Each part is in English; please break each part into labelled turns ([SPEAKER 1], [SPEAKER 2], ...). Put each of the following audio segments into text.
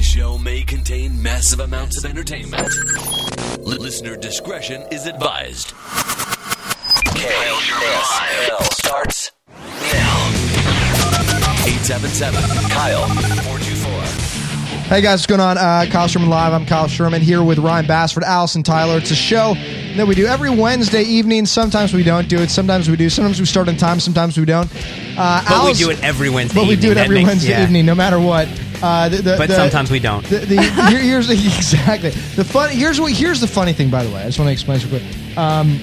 [SPEAKER 1] show may contain massive amounts of entertainment. L- listener discretion is advised. KSL starts now. 877 Kyle 424.
[SPEAKER 2] Hey guys, what's going on? Uh, Kyle Sherman Live. I'm Kyle Sherman here with Ryan Bassford, Allison Tyler. It's a show that we do every Wednesday evening. Sometimes we don't do it. Sometimes we do. Sometimes we start on time. Sometimes we don't. Uh,
[SPEAKER 3] But we
[SPEAKER 2] Al's-
[SPEAKER 3] do it every Wednesday.
[SPEAKER 2] But we do
[SPEAKER 3] evening.
[SPEAKER 2] it
[SPEAKER 3] That
[SPEAKER 2] every
[SPEAKER 3] makes-
[SPEAKER 2] Wednesday
[SPEAKER 3] yeah.
[SPEAKER 2] evening, no matter what. Uh, the, the,
[SPEAKER 3] But
[SPEAKER 2] the-
[SPEAKER 3] sometimes we don't.
[SPEAKER 2] The, the, here- here's the, exactly the fun. Here's what. Here's the funny thing, by the way. I just want to explain this real quick. Um,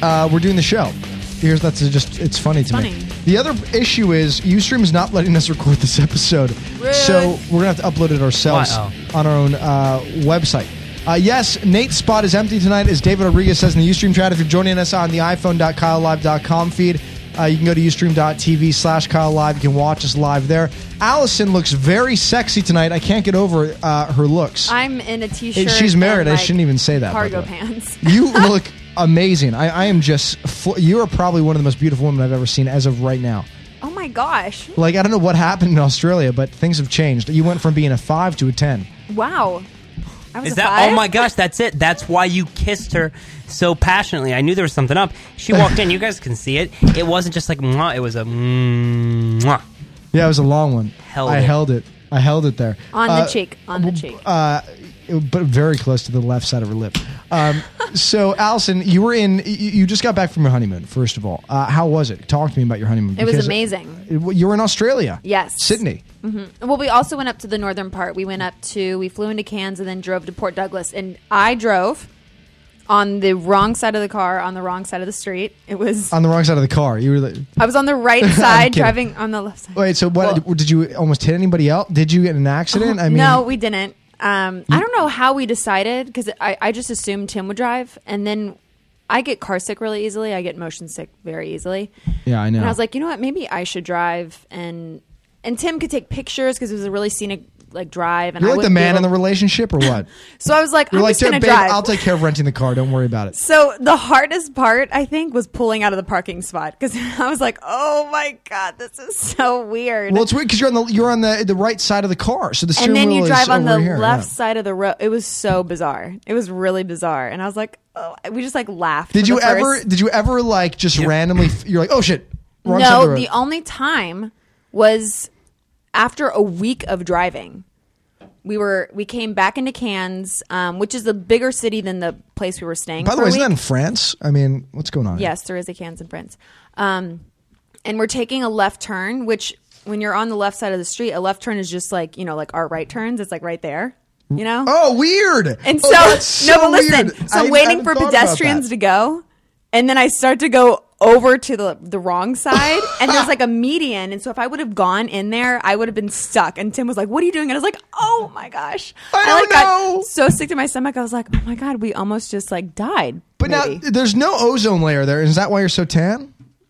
[SPEAKER 2] uh, we're doing the show. Here's that's just it's funny to me.
[SPEAKER 4] Funny.
[SPEAKER 2] The other issue is UStream is not letting us record this episode,
[SPEAKER 4] Rude.
[SPEAKER 2] so we're gonna have to upload it ourselves
[SPEAKER 3] Why? Oh.
[SPEAKER 2] on our own uh, website. Uh, yes, Nate's spot is empty tonight, as David Rodriguez says in the Ustream chat. If you're joining us on the iPhone.KyleLive.com feed, uh, you can go to Ustream.tv slash Kyle Live. You can watch us live there. Allison looks very sexy tonight. I can't get over uh, her looks.
[SPEAKER 4] I'm in a t-shirt.
[SPEAKER 2] she's married.
[SPEAKER 4] and,
[SPEAKER 2] I
[SPEAKER 4] like,
[SPEAKER 2] shouldn't even say that, by the
[SPEAKER 4] Cargo
[SPEAKER 2] way.
[SPEAKER 4] pants.
[SPEAKER 2] you look amazing. I, I am just. Fl- you are probably one of the most beautiful women I've ever seen as of right now.
[SPEAKER 4] Oh my gosh!
[SPEAKER 2] Like I don't know what happened in Australia, but things have changed. You went from being a five to a ten.
[SPEAKER 4] Wow. I was
[SPEAKER 3] Is
[SPEAKER 4] a
[SPEAKER 3] that?
[SPEAKER 4] five?
[SPEAKER 3] Oh my gosh, that's it. That's why you kissed her so passionately. I knew there was something up. She walked in. You guys can see it. It wasn't just like mwah. It was a mwah.
[SPEAKER 2] Yeah, it was a long one.
[SPEAKER 3] Held
[SPEAKER 2] I
[SPEAKER 3] it.
[SPEAKER 2] held it. I held it there
[SPEAKER 4] On
[SPEAKER 2] Uh,
[SPEAKER 4] the cheek. On the cheek.
[SPEAKER 2] it- but very close to the left side of her lip. Um, so, Allison, you were in. You, you just got back from your honeymoon. First of all, uh, how was it? Talk to me about your honeymoon.
[SPEAKER 4] It was
[SPEAKER 2] because
[SPEAKER 4] amazing.
[SPEAKER 2] it- well, you were in Australia.
[SPEAKER 4] Yes.
[SPEAKER 2] Sydney.
[SPEAKER 4] well, we also went up to the northern part. We went up to. We flew into Cairns and then drove to Port Douglas. And I drove on the wrong side of the car, on the wrong side of the street. It was.
[SPEAKER 2] On the wrong side of the car. You were. The,
[SPEAKER 4] I was on the right side,
[SPEAKER 2] Uh, kidding.
[SPEAKER 4] driving on the left side.
[SPEAKER 2] wait. So, what
[SPEAKER 4] Well,
[SPEAKER 2] did you almost hit anybody else? Did you get in an accident? I mean,
[SPEAKER 4] no, we didn't. Um, I don't know how we decided because I, I just assumed Tim would drive, and then I get car sick really easily. I get motion sick very easily.
[SPEAKER 2] Yeah, I know.
[SPEAKER 4] And I was like, you know what? Maybe I should drive, and and Tim could take pictures because it was a really scenic like drive. And
[SPEAKER 2] You're
[SPEAKER 4] I
[SPEAKER 2] like the
[SPEAKER 4] wouldn't be
[SPEAKER 2] man in
[SPEAKER 4] able-
[SPEAKER 2] the relationship, or what?
[SPEAKER 4] So I was like,
[SPEAKER 2] You're
[SPEAKER 4] I'm
[SPEAKER 2] like,
[SPEAKER 4] just gonna
[SPEAKER 2] "Dude, babe,
[SPEAKER 4] drive.
[SPEAKER 2] I'll take care of renting the car. Don't worry about it.
[SPEAKER 4] so the hardest part I think was pulling out of the parking spot because I was like, oh my god, this is so weird.
[SPEAKER 2] Well, it's weird because you're on the you're on the the right side of the car, so the steering
[SPEAKER 4] and then you
[SPEAKER 2] wheel
[SPEAKER 4] drive
[SPEAKER 2] is
[SPEAKER 4] on
[SPEAKER 2] over
[SPEAKER 4] the
[SPEAKER 2] here,
[SPEAKER 4] left
[SPEAKER 2] yeah.
[SPEAKER 4] side of the road. It was so bizarre. It was really bizarre, and I was like, oh, we just like laughed.
[SPEAKER 2] Did
[SPEAKER 4] for
[SPEAKER 2] you
[SPEAKER 4] the
[SPEAKER 2] ever?
[SPEAKER 4] first-
[SPEAKER 2] Did you ever like just randomly? f- You're like, oh shit. Wrong side of
[SPEAKER 4] No,
[SPEAKER 2] road."
[SPEAKER 4] the only time was after a week of driving. We were we came back into Cannes, um, which is a bigger city than the place we were staying.
[SPEAKER 2] By the
[SPEAKER 4] for
[SPEAKER 2] way,
[SPEAKER 4] a
[SPEAKER 2] isn't that
[SPEAKER 4] week.
[SPEAKER 2] in France? I mean, what's going on? here?
[SPEAKER 4] Yes, there is a Cannes in France. Um, and we're taking a left turn, which when you're on the left side of the street, a left turn is just like you know, like our right turns. It's like right there, you know.
[SPEAKER 2] Oh, weird.
[SPEAKER 4] And
[SPEAKER 2] Oh,
[SPEAKER 4] so,
[SPEAKER 2] that's so
[SPEAKER 4] no, but listen.
[SPEAKER 2] weird.
[SPEAKER 4] So
[SPEAKER 2] I
[SPEAKER 4] I'm waiting
[SPEAKER 2] hadn't
[SPEAKER 4] for
[SPEAKER 2] thought about
[SPEAKER 4] pedestrians
[SPEAKER 2] that.
[SPEAKER 4] to go, and then I start to go over to the the wrong side, and there's like a median. And so if I would have gone in there, I would have been stuck. And Tim was like, "What are you doing?" And I was like, "Oh my gosh!"
[SPEAKER 2] I
[SPEAKER 4] like
[SPEAKER 2] don't know.
[SPEAKER 4] got so sick to my stomach. I was like, "Oh my god, we almost just like died."
[SPEAKER 2] But
[SPEAKER 4] maybe."
[SPEAKER 2] now there's no ozone layer there. Is that why you're so tan?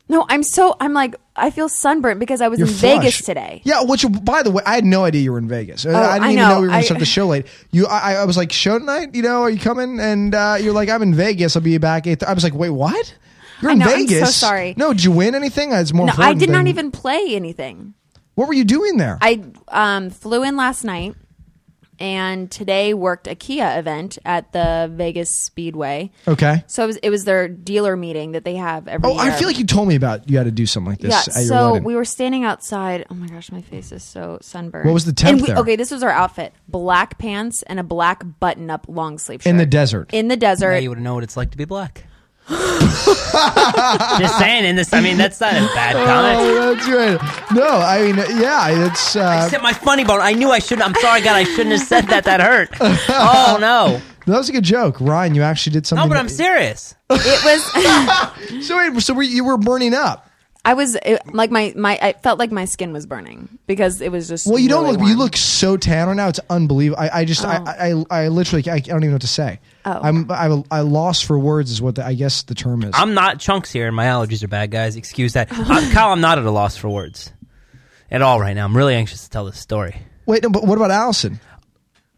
[SPEAKER 4] no, I'm so I'm like I feel sunburnt because I was
[SPEAKER 2] You're
[SPEAKER 4] in
[SPEAKER 2] flush.
[SPEAKER 4] Vegas today. Oh,
[SPEAKER 2] Yeah, which by the way, I had no idea you were in Vegas. I didn't
[SPEAKER 4] I
[SPEAKER 2] even know,
[SPEAKER 4] know.
[SPEAKER 2] we were going
[SPEAKER 4] I-
[SPEAKER 2] to start the show late. You, I, I was like, show tonight. You know, are you coming? And uh, you're like, I'm in Vegas. I'll be back. Eight. I was like, wait, what? You're
[SPEAKER 4] I
[SPEAKER 2] in
[SPEAKER 4] know, I'm so
[SPEAKER 2] Vegas.
[SPEAKER 4] sorry.
[SPEAKER 2] No, did you win anything? It's more.
[SPEAKER 4] No, I
[SPEAKER 2] important
[SPEAKER 4] did not
[SPEAKER 2] than-
[SPEAKER 4] even play anything.
[SPEAKER 2] What were you doing there?
[SPEAKER 4] I um, flew in last night and today worked a Kia event at the Vegas Speedway.
[SPEAKER 2] okay.
[SPEAKER 4] So it was, it was their dealer meeting that they have every
[SPEAKER 2] Oh, I
[SPEAKER 4] year.
[SPEAKER 2] feel like you told me about you had to do something like this
[SPEAKER 4] yeah,
[SPEAKER 2] at your
[SPEAKER 4] so
[SPEAKER 2] wedding.
[SPEAKER 4] we were standing outside. Oh my gosh, my face is so sunburned.
[SPEAKER 2] What was the temp
[SPEAKER 4] and we,
[SPEAKER 2] there?
[SPEAKER 4] Okay, this was our outfit: black pants and a black button-up long sleeve shirt
[SPEAKER 2] in the desert.
[SPEAKER 4] In the desert,
[SPEAKER 3] Now you would know what it's like to be black. just saying. In this, I mean, that's not a bad comment.
[SPEAKER 2] Oh, that's right. No, I mean, yeah, it's. Uh,
[SPEAKER 3] Except my funny bone. I knew I shouldn't. I'm sorry, God. I shouldn't have said that. That hurt. Oh no.
[SPEAKER 2] that was a good joke, Ryan. You actually did something.
[SPEAKER 3] No, but I'm serious.
[SPEAKER 4] it was.
[SPEAKER 2] So wait, so were, you were burning up.
[SPEAKER 4] I was it, like my my. I felt like my skin was burning because it was just.
[SPEAKER 2] Well, you don't
[SPEAKER 4] really
[SPEAKER 2] look. You
[SPEAKER 4] warm.
[SPEAKER 2] look so tan right now. It's unbelievable. I, I just, I, I, I literally, I, I don't even know what to say.
[SPEAKER 4] Oh.
[SPEAKER 2] I'm, I, I lost for words is what the, I guess the term is.
[SPEAKER 3] I'm not chunks here, and my allergies are bad, guys. Excuse that. Uh, Kyle, I'm not at a loss for words at all right now. I'm really anxious to tell this story.
[SPEAKER 2] wait, no, but what about Allison?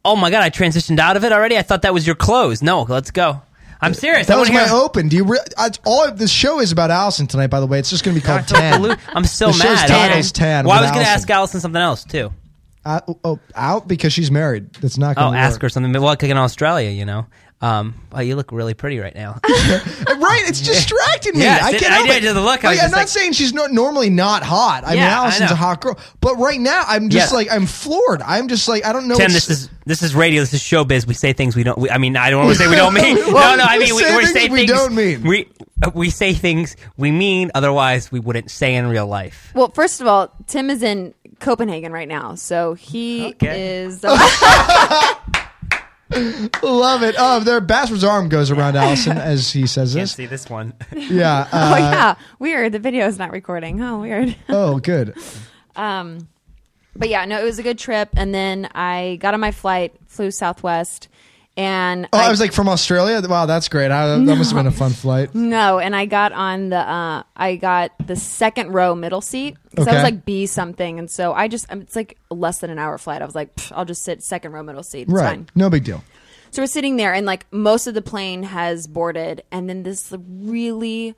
[SPEAKER 3] Oh my god, I transitioned out of it already. I thought that was your clothes. No, let's go. I'm serious.
[SPEAKER 2] That
[SPEAKER 3] I
[SPEAKER 2] was
[SPEAKER 3] wanna
[SPEAKER 2] my
[SPEAKER 3] hear-
[SPEAKER 2] open. Do you? Re- I, all of this show is about Allison tonight. By the way, it's just going to be
[SPEAKER 3] I
[SPEAKER 2] called
[SPEAKER 3] feel like a
[SPEAKER 2] Tan.
[SPEAKER 3] lo- I'm so
[SPEAKER 2] The show's
[SPEAKER 3] mad.
[SPEAKER 2] title's Tan
[SPEAKER 3] Well, I
[SPEAKER 2] with
[SPEAKER 3] was going to
[SPEAKER 2] Allison.
[SPEAKER 3] ask Allison something else too.
[SPEAKER 2] uh, oh, out because she's married. That's not
[SPEAKER 3] Oh,
[SPEAKER 2] going to
[SPEAKER 3] ask her something. Well, like in Australia, you know. Um, oh, you look really pretty right now.
[SPEAKER 2] Right, it's distracting me.
[SPEAKER 3] Yes,
[SPEAKER 2] I
[SPEAKER 3] it-
[SPEAKER 2] can't
[SPEAKER 3] I
[SPEAKER 2] help
[SPEAKER 3] did-
[SPEAKER 2] it.
[SPEAKER 3] did the look, I
[SPEAKER 2] Like,
[SPEAKER 3] was
[SPEAKER 2] I'm
[SPEAKER 3] just
[SPEAKER 2] not
[SPEAKER 3] like-
[SPEAKER 2] saying she's not normally not hot. I mean,
[SPEAKER 3] Yeah, I
[SPEAKER 2] Allison's a
[SPEAKER 3] know.
[SPEAKER 2] hot girl, but right now I'm just
[SPEAKER 3] Yeah.
[SPEAKER 2] like I'm floored. I'm just like I don't know.
[SPEAKER 3] Tim,
[SPEAKER 2] what's-
[SPEAKER 3] this is this is radio. This is showbiz. We say things we don't. We, I mean, I don't want to say we don't mean.
[SPEAKER 2] Well,
[SPEAKER 3] no, no. I
[SPEAKER 2] we
[SPEAKER 3] mean, we,
[SPEAKER 2] say
[SPEAKER 3] we
[SPEAKER 2] things
[SPEAKER 3] say
[SPEAKER 2] we
[SPEAKER 3] things
[SPEAKER 2] don't mean.
[SPEAKER 3] We uh, we say things we mean. Otherwise, we wouldn't say in real life.
[SPEAKER 4] Well, first of all, Tim is in Copenhagen right now, so he
[SPEAKER 3] Okay.
[SPEAKER 2] Oh,
[SPEAKER 4] is. Uh,
[SPEAKER 2] love it. Oh, their bastard's arm goes around Allison as he says
[SPEAKER 3] Can't
[SPEAKER 2] this.
[SPEAKER 3] see this one.
[SPEAKER 2] Yeah. uh,
[SPEAKER 4] oh yeah, weird. The video is not recording. Oh, weird.
[SPEAKER 2] oh, good.
[SPEAKER 4] Um, but yeah, no, it was a good trip. And then I got on my flight, flew Southwest, and
[SPEAKER 2] Oh, I, was like from Australia. Wow, that's great. I, that must have been a fun flight.
[SPEAKER 3] Mm,
[SPEAKER 4] no, and I got on the uh, I got the second row middle seat because I
[SPEAKER 2] Okay.
[SPEAKER 4] was like B something, and so I just um, it's like less than an hour flight. I was like, "Pff, I'll just sit second row middle seat. It's
[SPEAKER 2] Right.
[SPEAKER 4] fine.
[SPEAKER 2] No big deal.
[SPEAKER 4] So we're sitting there, and like most of the plane has boarded, and then this really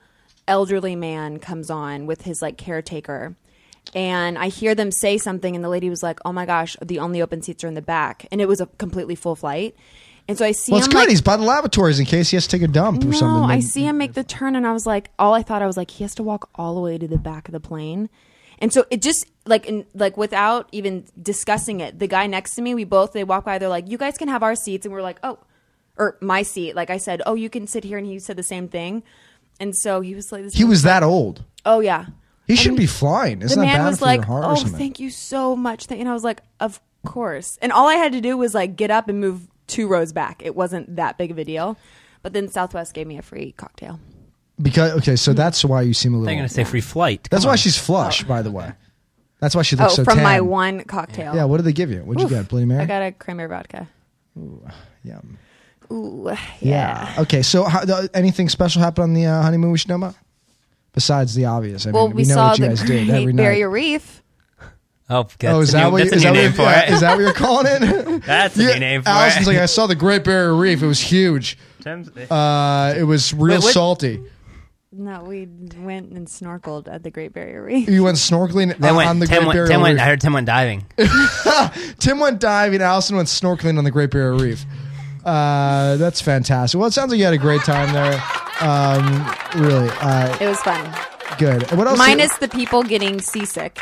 [SPEAKER 4] elderly man comes on with his like caretaker. And I hear them say something, and the lady was like, "Oh my gosh, the only open seats are in the back," and it was a completely full flight. And so I see
[SPEAKER 2] Well, it's
[SPEAKER 4] him
[SPEAKER 2] good.
[SPEAKER 4] like,
[SPEAKER 2] He's by the lavatories in case he has to take a dump or something.
[SPEAKER 4] no, I see him make the turn, and I was like, all I thought I was like, he has to walk all the way to the back of the plane, and so it just like in, like without even discussing it, the guy next to me, we both they walk by, they're like, you guys can have our seats, and we're like, oh, or my seat, like I said, oh, you can sit here, and he said the same thing, and so he was like, this
[SPEAKER 2] He was that old.
[SPEAKER 4] oh yeah,
[SPEAKER 2] He shouldn't be flying. It's
[SPEAKER 4] the
[SPEAKER 2] not
[SPEAKER 4] man
[SPEAKER 2] bad
[SPEAKER 4] was
[SPEAKER 2] for
[SPEAKER 4] like,
[SPEAKER 2] your heart
[SPEAKER 4] "Oh,
[SPEAKER 2] or something.
[SPEAKER 4] thank you so much," and I was like, "Of course." And all I had to do was like get up and move two rows back. It wasn't that big of a deal, but then Southwest gave me a free cocktail.
[SPEAKER 2] Because okay, so
[SPEAKER 3] Mm.
[SPEAKER 2] that's why you seem a little.
[SPEAKER 3] They're gonna say free flight.
[SPEAKER 2] That's
[SPEAKER 3] Come
[SPEAKER 2] why
[SPEAKER 3] on.
[SPEAKER 2] she's flush, by the way. That's why she
[SPEAKER 4] Oh,
[SPEAKER 2] looks so
[SPEAKER 4] from my
[SPEAKER 2] tan.
[SPEAKER 4] one cocktail.
[SPEAKER 2] Yeah, what did they give you? What'd
[SPEAKER 4] Oof.
[SPEAKER 2] you get? Bloody Mary.
[SPEAKER 4] I got a cranberry vodka.
[SPEAKER 2] Yum.
[SPEAKER 4] Ooh, yeah.
[SPEAKER 2] Yeah. Okay. So, how, th- anything special happened on the uh, honeymoon we should know about? Besides the obvious, I mean,
[SPEAKER 4] Well,
[SPEAKER 2] we,
[SPEAKER 4] we,
[SPEAKER 2] know
[SPEAKER 4] saw
[SPEAKER 2] what you
[SPEAKER 4] the
[SPEAKER 2] guys did
[SPEAKER 4] Great
[SPEAKER 2] every
[SPEAKER 4] Barrier
[SPEAKER 2] night.
[SPEAKER 4] Reef.
[SPEAKER 3] Oh, that's
[SPEAKER 2] Oh, is
[SPEAKER 3] a
[SPEAKER 2] that
[SPEAKER 3] new,
[SPEAKER 2] what? you-
[SPEAKER 3] that's
[SPEAKER 2] Is
[SPEAKER 3] a
[SPEAKER 2] that
[SPEAKER 3] new
[SPEAKER 2] what?
[SPEAKER 3] name
[SPEAKER 2] you-
[SPEAKER 3] for
[SPEAKER 2] yeah,
[SPEAKER 3] it.
[SPEAKER 2] Is that what you're calling it?
[SPEAKER 3] That's a new name for
[SPEAKER 2] Allison's
[SPEAKER 3] it.
[SPEAKER 2] like, I saw the Great Barrier Reef. It was huge.
[SPEAKER 3] Tim's-
[SPEAKER 2] Uh, it was real
[SPEAKER 3] Wait, what-
[SPEAKER 2] salty.
[SPEAKER 4] No, we went and snorkeled at the Great Barrier Reef.
[SPEAKER 2] You went snorkeling
[SPEAKER 3] They
[SPEAKER 2] on
[SPEAKER 3] went-
[SPEAKER 2] on the
[SPEAKER 3] Tim
[SPEAKER 2] Great
[SPEAKER 3] went-
[SPEAKER 2] Barrier
[SPEAKER 3] Tim went-
[SPEAKER 2] Reef.
[SPEAKER 3] I heard Tim went diving.
[SPEAKER 2] Tim went diving. Allison went snorkeling on the Great Barrier Reef. Uh, that's fantastic. Well, it sounds like you had a great time there. Um, really uh,
[SPEAKER 4] It was fun.
[SPEAKER 2] good. What else?
[SPEAKER 4] Minus the people getting seasick.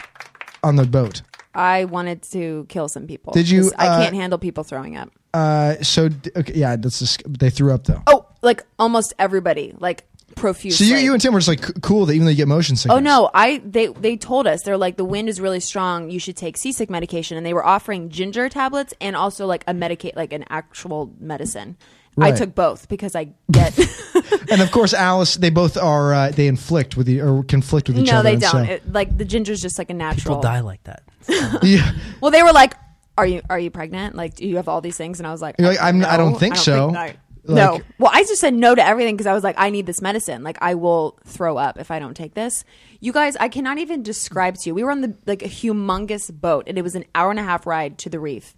[SPEAKER 2] on the boat.
[SPEAKER 4] I wanted to kill some people.
[SPEAKER 2] Did you,
[SPEAKER 4] 'cause I
[SPEAKER 2] uh,
[SPEAKER 4] can't handle people throwing up.
[SPEAKER 2] Uh, so d- okay, yeah, that's just, they threw up though.
[SPEAKER 4] Oh, like almost everybody, like profusely.
[SPEAKER 2] so you, you and Tim were just like c- cool that even though you get motion sickness.
[SPEAKER 4] Oh no! I they they told us they're like the wind is really strong. You should take seasick medication, and they were offering ginger tablets and also like a medicate, like an actual medicine.
[SPEAKER 2] Right.
[SPEAKER 4] I took both because I get
[SPEAKER 2] And of course, Alice. They both are. Uh, they inflict with the or conflict with each
[SPEAKER 4] no,
[SPEAKER 2] other.
[SPEAKER 4] they
[SPEAKER 2] and so-
[SPEAKER 4] don't. It, like the ginger's just like a
[SPEAKER 3] People
[SPEAKER 4] natural.
[SPEAKER 3] die like that.
[SPEAKER 2] yeah,
[SPEAKER 4] Well, they were like, "Are you are you pregnant? Like, do you have all these things?" And I was like,
[SPEAKER 2] You're like, I'm- I don't think so.
[SPEAKER 4] I-
[SPEAKER 2] Like-
[SPEAKER 4] no. Well, I just said no to everything because I was like, I need this medicine. Like, I will throw up if I don't take this. You guys, I cannot even describe to you. We were on the like a humongous boat, and it was an hour and a half ride to the reef.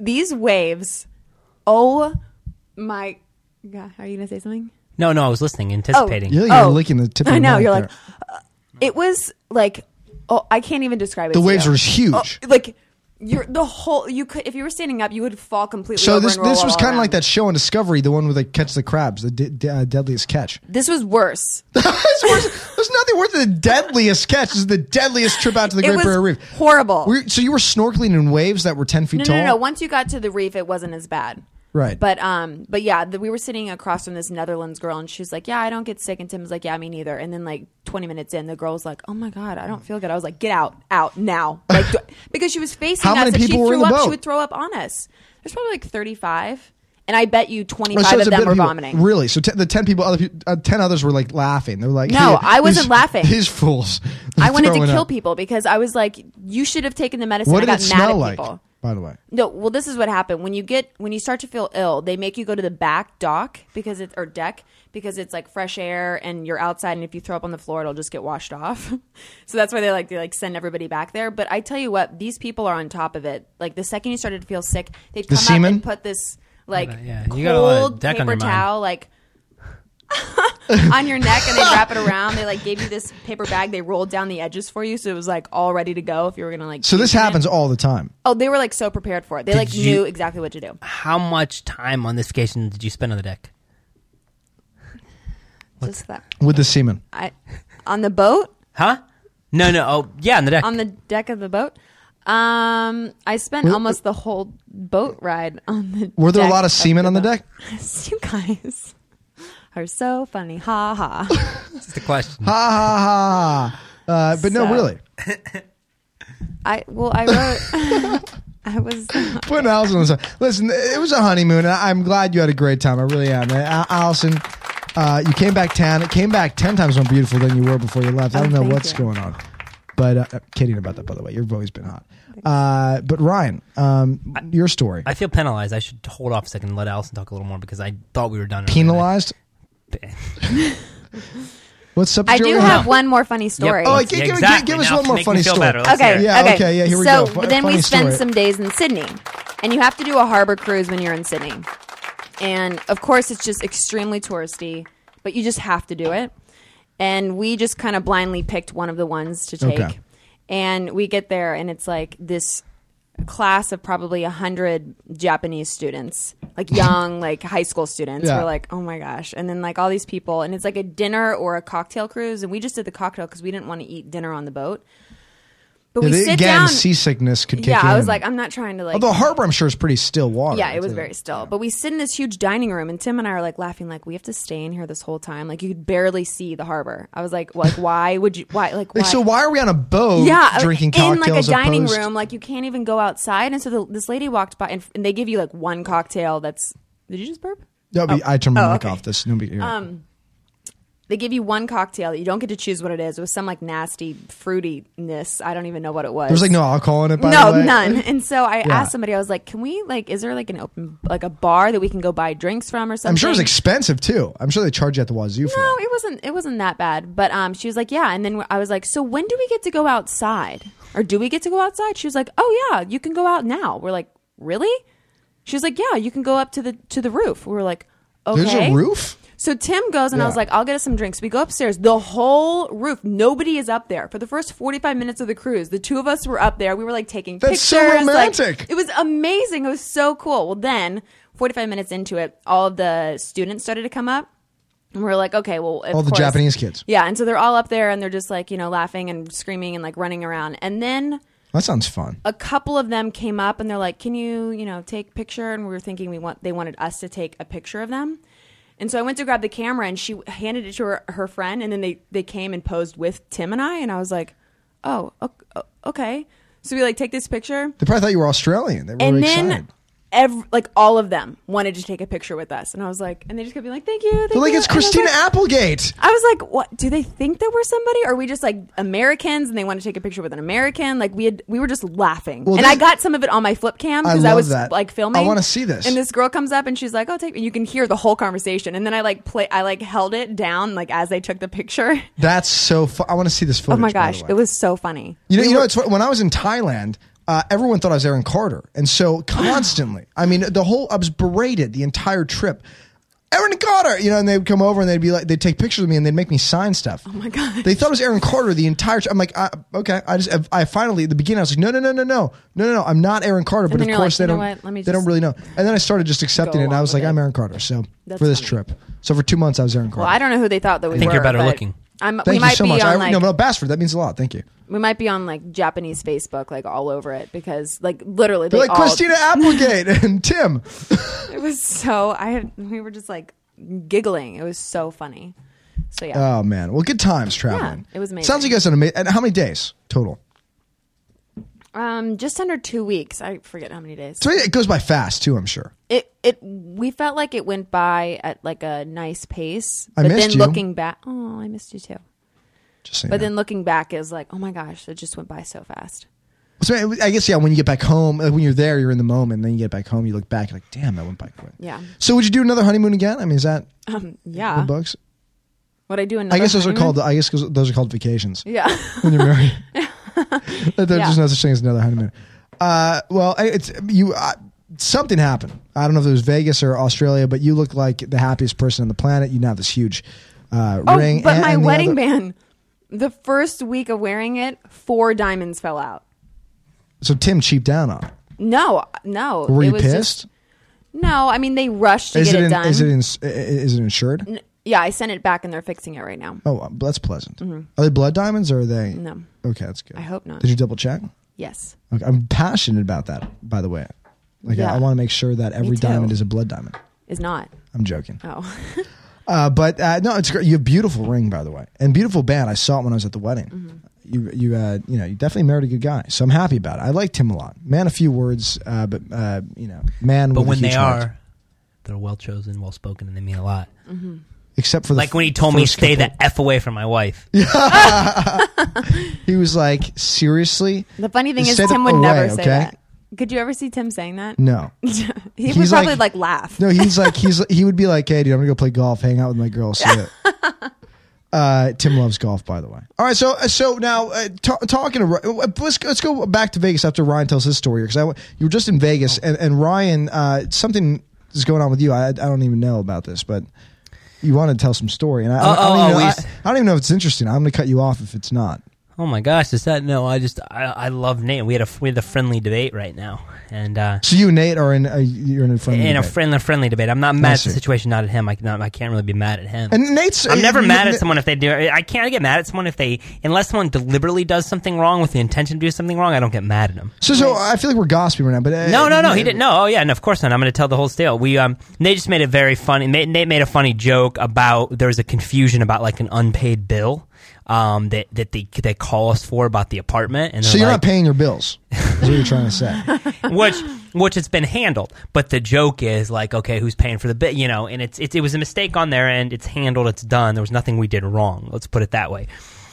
[SPEAKER 4] These waves, oh my god! Are you gonna say something?
[SPEAKER 3] No, no, I was listening, anticipating.
[SPEAKER 2] Oh, Yeah, you're licking the tip of
[SPEAKER 4] Oh. I
[SPEAKER 2] your
[SPEAKER 4] know.
[SPEAKER 2] mouth
[SPEAKER 4] You're
[SPEAKER 2] there.
[SPEAKER 4] like, uh, it was like, oh, I can't even describe it.
[SPEAKER 2] the
[SPEAKER 4] to
[SPEAKER 2] waves
[SPEAKER 4] you.
[SPEAKER 2] were huge.
[SPEAKER 4] like you're the whole. You could if you were standing up, you would fall completely.
[SPEAKER 2] so
[SPEAKER 4] over
[SPEAKER 2] this
[SPEAKER 4] and roll
[SPEAKER 2] this was
[SPEAKER 4] all
[SPEAKER 2] kind of
[SPEAKER 4] around.
[SPEAKER 2] like that show on Discovery, the one with like catch the crabs, the de- de- uh, deadliest catch.
[SPEAKER 4] This was worse.
[SPEAKER 2] It's worse- There's nothing worse than the deadliest catch. This is the deadliest trip out to the
[SPEAKER 4] It
[SPEAKER 2] Great
[SPEAKER 4] was
[SPEAKER 2] Barrier Reef.
[SPEAKER 4] horrible.
[SPEAKER 2] Were you- so you were snorkeling in waves that were ten feet
[SPEAKER 4] No,
[SPEAKER 2] tall.
[SPEAKER 4] no, no, no. Once you got to the reef, it wasn't as bad.
[SPEAKER 2] Right.
[SPEAKER 4] But um, but yeah, the, we were sitting across from this Netherlands girl, and she's like, "Yeah, I don't get sick," and Tim was like, "Yeah, me neither." And then like 20 minutes in, the girl was like, "Oh my god, I don't feel good." I was like, "Get out, out now!" Like do- because she was facing
[SPEAKER 2] How
[SPEAKER 4] us.
[SPEAKER 2] many
[SPEAKER 4] if she
[SPEAKER 2] people were
[SPEAKER 4] threw
[SPEAKER 2] in the
[SPEAKER 4] up,
[SPEAKER 2] boat?
[SPEAKER 4] she would throw up on us. There's probably like 35, and I bet you 25
[SPEAKER 2] So it's
[SPEAKER 4] of
[SPEAKER 2] a bit
[SPEAKER 4] them were
[SPEAKER 2] people-
[SPEAKER 4] vomiting.
[SPEAKER 2] Really? So ten, the ten people, other people, uh, ten others were like laughing. They were like,
[SPEAKER 4] No,
[SPEAKER 2] "Yeah,
[SPEAKER 4] I wasn't
[SPEAKER 2] these-
[SPEAKER 4] laughing.
[SPEAKER 2] These fools.
[SPEAKER 4] I wanted to
[SPEAKER 2] Throwing
[SPEAKER 4] kill
[SPEAKER 2] up.
[SPEAKER 4] people because I was like, you should have taken the medicine.
[SPEAKER 2] What did
[SPEAKER 4] I got
[SPEAKER 2] it
[SPEAKER 4] mad
[SPEAKER 2] smell
[SPEAKER 4] at
[SPEAKER 2] like?
[SPEAKER 4] people.
[SPEAKER 2] By the way,
[SPEAKER 4] No, well, this is what happened when you get when you start to feel ill. They make you go to the back dock because it's or deck because it's like fresh air and you're outside. And if you throw up on the floor, it'll just get washed off. so that's why they like they like send everybody back there. But I tell you what, these people are on top of it. Like the second you started to feel sick, they'd come up
[SPEAKER 2] semen?
[SPEAKER 4] and put this like
[SPEAKER 3] yeah, you got a lot of
[SPEAKER 4] cold
[SPEAKER 3] deck on
[SPEAKER 4] paper
[SPEAKER 3] your mind.
[SPEAKER 4] towel like on your neck and they wrap it around. They like gave you this paper bag. They rolled down the edges for you, so it was like all ready to go if you were gonna like.
[SPEAKER 2] So this
[SPEAKER 4] shoot it.
[SPEAKER 2] happens all the time.
[SPEAKER 4] Oh, they were like so prepared for it. They like
[SPEAKER 3] you-
[SPEAKER 4] knew exactly what to do.
[SPEAKER 3] How much time on this vacation did you spend on the deck?
[SPEAKER 4] Just that
[SPEAKER 2] with the semen.
[SPEAKER 4] I on the boat
[SPEAKER 3] Huh? No, no. Oh, yeah, on the deck.
[SPEAKER 4] on the deck of the boat. Um, I spent almost the whole boat ride on the.
[SPEAKER 2] Were there a
[SPEAKER 4] deck
[SPEAKER 2] lot of semen on the
[SPEAKER 4] boat.
[SPEAKER 2] deck?
[SPEAKER 4] You guys are so funny. Ha ha.
[SPEAKER 3] That's the question.
[SPEAKER 2] Ha ha ha. Uh, but no,
[SPEAKER 4] So-
[SPEAKER 2] really.
[SPEAKER 4] I well, I wrote. I was.
[SPEAKER 2] Putting Allison on the side. Listen, it was a honeymoon, and I'm glad you had a great time. I really am. And, uh, Allison, uh, you came back ten. It came back ten times more beautiful than you were before you left. I don't
[SPEAKER 4] Oh,
[SPEAKER 2] know
[SPEAKER 4] thank
[SPEAKER 2] what's
[SPEAKER 4] you.
[SPEAKER 2] going on. But uh, kidding about that, by the way. You've always been hot. Uh, but Ryan, um, your story.
[SPEAKER 3] I feel penalized. I should hold off a second and let Allison talk a little more because I thought we were done. earlier.
[SPEAKER 2] penalized. What's up?
[SPEAKER 4] I do have
[SPEAKER 3] No.
[SPEAKER 4] one more funny
[SPEAKER 3] Yep.
[SPEAKER 4] story.
[SPEAKER 2] Oh, I give- give- give-
[SPEAKER 3] exactly.
[SPEAKER 2] give us
[SPEAKER 3] Now
[SPEAKER 2] one more
[SPEAKER 3] make me
[SPEAKER 2] funny
[SPEAKER 3] feel
[SPEAKER 2] story.
[SPEAKER 3] better. Let's hear
[SPEAKER 4] okay.
[SPEAKER 3] it.
[SPEAKER 2] Yeah,
[SPEAKER 4] okay.
[SPEAKER 2] okay, yeah, here we
[SPEAKER 4] so
[SPEAKER 2] go. Fu-
[SPEAKER 4] then we
[SPEAKER 2] funny
[SPEAKER 4] spent
[SPEAKER 2] story.
[SPEAKER 4] some days in Sydney, and you have to do a harbor cruise when you're in Sydney, and of course it's just extremely touristy, but you just have to do it. And we just kind of blindly picked one of the ones to take,
[SPEAKER 2] Okay.
[SPEAKER 4] and we get there, and it's like this class of probably 100 Japanese students, like young, like high school students.
[SPEAKER 2] Yeah.
[SPEAKER 4] We're like, oh my gosh. And then like all these people, and it's like a dinner or a cocktail cruise. And we just did the cocktail because we didn't want to eat dinner on the boat. But we
[SPEAKER 2] Again,
[SPEAKER 4] sit down.
[SPEAKER 2] seasickness could kick
[SPEAKER 4] yeah,
[SPEAKER 2] in.
[SPEAKER 4] I was like, I'm not trying to like.
[SPEAKER 2] Although harbor, I'm sure, is pretty still water.
[SPEAKER 4] yeah, it was
[SPEAKER 2] too.
[SPEAKER 4] very still. But we sit in this huge dining room, and Tim and I are like laughing, like we have to stay in here this whole time. Like you could barely see the harbor. I was like, like why would you? Why like why?
[SPEAKER 2] Like, so why are we on a boat?
[SPEAKER 4] yeah, uh,
[SPEAKER 2] drinking
[SPEAKER 4] in
[SPEAKER 2] cocktails
[SPEAKER 4] like a dining
[SPEAKER 2] opposed-
[SPEAKER 4] room, like you can't even go outside. And so the, this lady walked by, and, f- and they give you like one cocktail. That's did you just burp?
[SPEAKER 2] Yeah, but I turned my
[SPEAKER 4] Oh,
[SPEAKER 2] mic
[SPEAKER 4] okay. Um,
[SPEAKER 2] off. This no big deal.
[SPEAKER 4] They give you one cocktail that you don't get to choose what it is. It was some like nasty fruitiness. I don't even know what it was.
[SPEAKER 2] There's like no alcohol in it. By
[SPEAKER 4] no,
[SPEAKER 2] the way.
[SPEAKER 4] none. And so I
[SPEAKER 2] Yeah.
[SPEAKER 4] asked somebody. I was like, "Can we like? Is there like an open like a bar that we can go buy drinks from or something?"
[SPEAKER 2] I'm sure it's expensive too. I'm sure they charge you at the wazoo for
[SPEAKER 4] No,
[SPEAKER 2] that.
[SPEAKER 4] it wasn't. It wasn't that bad. But um, she was like, "Yeah." And then I was like, "So when do we get to go outside, or do we get to go outside?" She was like, "Oh yeah, you can go out now." We're like, "Really?" She was like, "Yeah, you can go up to the to the roof." We were like, "Okay."
[SPEAKER 2] There's a roof.
[SPEAKER 4] So Tim goes and I was
[SPEAKER 2] Yeah.
[SPEAKER 4] like, I'll get us some drinks. We go upstairs. The whole roof, nobody is up there. For the first 45 minutes of the cruise, the two of us were up there. We were like taking
[SPEAKER 2] That's so
[SPEAKER 4] pictures. like,
[SPEAKER 2] romantic.
[SPEAKER 4] it was amazing. It was so cool. Well, then 45 minutes into it, all of the students started to come up. And we were like, okay, well, of
[SPEAKER 2] All the
[SPEAKER 4] course-
[SPEAKER 2] Japanese kids.
[SPEAKER 4] Yeah. And so they're all up there and they're just like, you know, laughing and screaming and like running around. And then
[SPEAKER 2] That sounds fun.
[SPEAKER 4] a couple of them came up and they're like, "Can you, you know, take picture?" And we were thinking we want they wanted us to take a picture of them. And so I went to grab the camera and she handed it to her, her friend and then they they came and posed with Tim and I and I was like, "Oh, o- okay." So we like take this picture
[SPEAKER 2] They probably thought you were Australian. They were
[SPEAKER 4] and
[SPEAKER 2] really
[SPEAKER 4] then
[SPEAKER 2] excited.
[SPEAKER 4] ev- like all of them wanted to take a picture with us and I was like, and they just kept being like, "Thank you." Thank
[SPEAKER 2] But like
[SPEAKER 4] you."
[SPEAKER 2] it's
[SPEAKER 4] And I was
[SPEAKER 2] Christina
[SPEAKER 4] like-
[SPEAKER 2] Applegate.
[SPEAKER 4] I was like, "What? Do they think that we're somebody? Are we just like Americans and they want to take a picture with an American?" Like we had, we were just laughing,
[SPEAKER 2] Well,
[SPEAKER 4] and
[SPEAKER 2] this-
[SPEAKER 4] I got some of it on my flip cam
[SPEAKER 2] I
[SPEAKER 4] because I,
[SPEAKER 2] love
[SPEAKER 4] was
[SPEAKER 2] that.
[SPEAKER 4] like filming.
[SPEAKER 2] I wanna see this.
[SPEAKER 4] And this girl comes up and she's like, "Oh, take," and you can hear the whole conversation. And then I like play, I like held it down like as they took the picture.
[SPEAKER 2] That's so. Fu- I want to see this
[SPEAKER 4] Oh
[SPEAKER 2] footage.
[SPEAKER 4] my
[SPEAKER 2] by the
[SPEAKER 4] gosh,
[SPEAKER 2] way.
[SPEAKER 4] it was so funny.
[SPEAKER 2] You know, you know, it's when I was in Thailand, uh, everyone thought I was Aaron Carter, and so constantly, I mean, the whole I was berated the entire trip. Aaron Carter, you know, and they'd come over and they'd be like, they'd take pictures of me and they'd make me sign stuff. Oh my
[SPEAKER 4] gosh.
[SPEAKER 2] They thought it was Aaron Carter the entire. Tr- I'm like, I, okay, I just, I finally at the beginning I was like, no, no, no, no, no, no, no, no, I'm not Aaron Carter, but of
[SPEAKER 4] then you're like,
[SPEAKER 2] course
[SPEAKER 4] you
[SPEAKER 2] they
[SPEAKER 4] know
[SPEAKER 2] don't,
[SPEAKER 4] what, let me
[SPEAKER 2] they don't
[SPEAKER 4] just
[SPEAKER 2] really know. And then I started just accepting it, and I
[SPEAKER 4] along
[SPEAKER 2] was like,
[SPEAKER 4] with
[SPEAKER 2] I'm
[SPEAKER 4] it.
[SPEAKER 2] Aaron Carter, so
[SPEAKER 4] That's
[SPEAKER 2] for this
[SPEAKER 4] funny.
[SPEAKER 2] trip, so for two months I was Aaron Carter.
[SPEAKER 4] Well, I don't know who they thought that we
[SPEAKER 3] think
[SPEAKER 4] were.
[SPEAKER 3] you're better
[SPEAKER 4] but
[SPEAKER 3] looking.
[SPEAKER 4] I'm, we
[SPEAKER 2] Thank
[SPEAKER 4] might
[SPEAKER 2] you so
[SPEAKER 4] be
[SPEAKER 2] much.
[SPEAKER 4] on
[SPEAKER 2] I,
[SPEAKER 4] like
[SPEAKER 2] no, no, Bassford, that means a lot. Thank you.
[SPEAKER 4] we might be on like Japanese Facebook, like all over it because like literally they
[SPEAKER 2] They're like
[SPEAKER 4] all,
[SPEAKER 2] Christina Applegate and Tim.
[SPEAKER 4] It was so I had, we were just like giggling. It was so funny. So yeah,
[SPEAKER 2] Oh man, well, good times traveling.
[SPEAKER 4] Yeah, it was amazing.
[SPEAKER 2] Sounds like you guys had amazing. And how many days total?
[SPEAKER 4] um, just under two weeks. I forget how many days.
[SPEAKER 2] So it goes by fast too. I'm sure.
[SPEAKER 4] It it we felt like it went by at like a nice pace,
[SPEAKER 2] I
[SPEAKER 4] but
[SPEAKER 2] missed
[SPEAKER 4] then
[SPEAKER 2] you.
[SPEAKER 4] looking back, oh, I missed you too.
[SPEAKER 2] Just saying.
[SPEAKER 4] But then looking back is like, oh my gosh, it just went by so fast.
[SPEAKER 2] so I- I guess yeah. When you get back home, like when you're there, you're in the moment. Then you get back home, you look back, you're like damn, that went by quick.
[SPEAKER 4] Yeah. Uh,
[SPEAKER 2] So would you do another honeymoon again? I mean, is that the
[SPEAKER 4] Yeah,
[SPEAKER 2] books?
[SPEAKER 4] what I do in
[SPEAKER 2] I guess those are called. I guess those are called vacations.
[SPEAKER 4] Yeah,
[SPEAKER 2] when you're married. There's
[SPEAKER 4] Yeah.
[SPEAKER 2] just no such thing as another honeymoon. Uh, well, I- it's you. Uh, something happened. I don't know if it was Vegas or Australia, but you look like the happiest person on the planet. You now have this huge uh,
[SPEAKER 4] Oh,
[SPEAKER 2] ring.
[SPEAKER 4] but
[SPEAKER 2] and-
[SPEAKER 4] my
[SPEAKER 2] and the
[SPEAKER 4] wedding
[SPEAKER 2] other-
[SPEAKER 4] band, the first week of wearing it, four diamonds fell out.
[SPEAKER 2] So Tim cheaped down on. it.
[SPEAKER 4] No, no.
[SPEAKER 2] Were
[SPEAKER 4] it
[SPEAKER 2] you
[SPEAKER 4] was
[SPEAKER 2] pissed?
[SPEAKER 4] Just, no, I mean they rushed to
[SPEAKER 2] is
[SPEAKER 4] get
[SPEAKER 2] it,
[SPEAKER 4] it,
[SPEAKER 2] in,
[SPEAKER 4] done.
[SPEAKER 2] is it in, i- i- is it insured?
[SPEAKER 4] N- yeah, I sent it back and they're fixing it right now.
[SPEAKER 2] Oh, well, that's pleasant. Are they blood diamonds or are they?
[SPEAKER 4] Mm-hmm. No.
[SPEAKER 2] Okay, that's good.
[SPEAKER 4] I hope not.
[SPEAKER 2] Did you double check?
[SPEAKER 4] Yes.
[SPEAKER 2] Okay, I'm passionate about that. By the way, like
[SPEAKER 4] Yeah.
[SPEAKER 2] I, I want to make sure that every
[SPEAKER 4] too.
[SPEAKER 2] diamond is a blood diamond.
[SPEAKER 4] Is not.
[SPEAKER 2] I'm joking.
[SPEAKER 4] Oh.
[SPEAKER 2] Uh, but uh, no, it's great. You have beautiful ring, by the way, and beautiful band. I saw it when I was at the wedding.
[SPEAKER 4] Mm-hmm.
[SPEAKER 2] You, you, uh, you know, you definitely married a good guy, so I'm happy about it. I liked him a lot. Man, a few words, uh, but uh, you know, man.
[SPEAKER 3] But
[SPEAKER 2] with a
[SPEAKER 3] when
[SPEAKER 2] huge
[SPEAKER 3] they
[SPEAKER 2] heart.
[SPEAKER 3] are, they're well chosen, well spoken, and they mean a lot.
[SPEAKER 2] except for the
[SPEAKER 3] Like when he told me,
[SPEAKER 2] first
[SPEAKER 3] stay
[SPEAKER 2] couple.
[SPEAKER 3] the F away from my wife.
[SPEAKER 2] He was like, seriously,
[SPEAKER 4] The funny thing
[SPEAKER 2] You
[SPEAKER 4] is
[SPEAKER 2] said
[SPEAKER 4] Tim would
[SPEAKER 2] away,
[SPEAKER 4] never say
[SPEAKER 2] okay?
[SPEAKER 4] that. Could you ever see Tim saying that?
[SPEAKER 2] no.
[SPEAKER 4] he would
[SPEAKER 2] He's like-
[SPEAKER 4] probably like, laugh.
[SPEAKER 2] No, he's like he's he would be like, hey, dude, I'm gonna go play golf, hang out with my girl. See ya." Uh, Tim loves golf, by the way. All right, so so now uh, ta talking to Ry- uh, let's let's go back to Vegas after Ryan tells his story because I w- you were just in Vegas
[SPEAKER 3] Oh.
[SPEAKER 2] and and Ryan uh, something is going on with you. I I don't even know about this, but you want to tell some story, and I, I,
[SPEAKER 3] Uh-oh, oh,
[SPEAKER 2] don't even know, I,
[SPEAKER 3] always.
[SPEAKER 2] I don't even know if it's interesting. I'm gonna cut you off if it's not.
[SPEAKER 3] Oh my gosh, is that no? I just I, I love Nate. We had a we had a friendly debate right now, and uh,
[SPEAKER 2] So you and Nate are in a, you're in a friendly
[SPEAKER 3] in a
[SPEAKER 2] debate.
[SPEAKER 3] friendly friendly debate. I'm not mad at
[SPEAKER 2] see.
[SPEAKER 3] the situation, not at him. I cannot, I can't really be mad at him.
[SPEAKER 2] and Nate's
[SPEAKER 3] I'm never
[SPEAKER 2] uh,
[SPEAKER 3] mad at
[SPEAKER 2] Nate-
[SPEAKER 3] someone if they do. I can't get mad at someone if they, unless someone deliberately does something wrong with the intention to do something wrong. I don't get mad at them.
[SPEAKER 2] So so I feel like we're gossiping right now, but uh,
[SPEAKER 3] No, no, no. He didn't. No. Oh, yeah. And of course not. I'm going to tell the whole tale. We um, Nate just made a very funny. Nate Nate made a funny joke about there was a confusion about like an unpaid bill, um, that that they they call us for about the apartment. And
[SPEAKER 2] So
[SPEAKER 3] they're
[SPEAKER 2] you're not
[SPEAKER 3] like,
[SPEAKER 2] paying your bills. Is what you're trying to say?
[SPEAKER 3] which which it's been handled. But the joke is like, okay, who's paying for the bit? You know, and it's, it's it was a mistake on their end. It's handled. It's done. There was nothing we did wrong. Let's put it that way.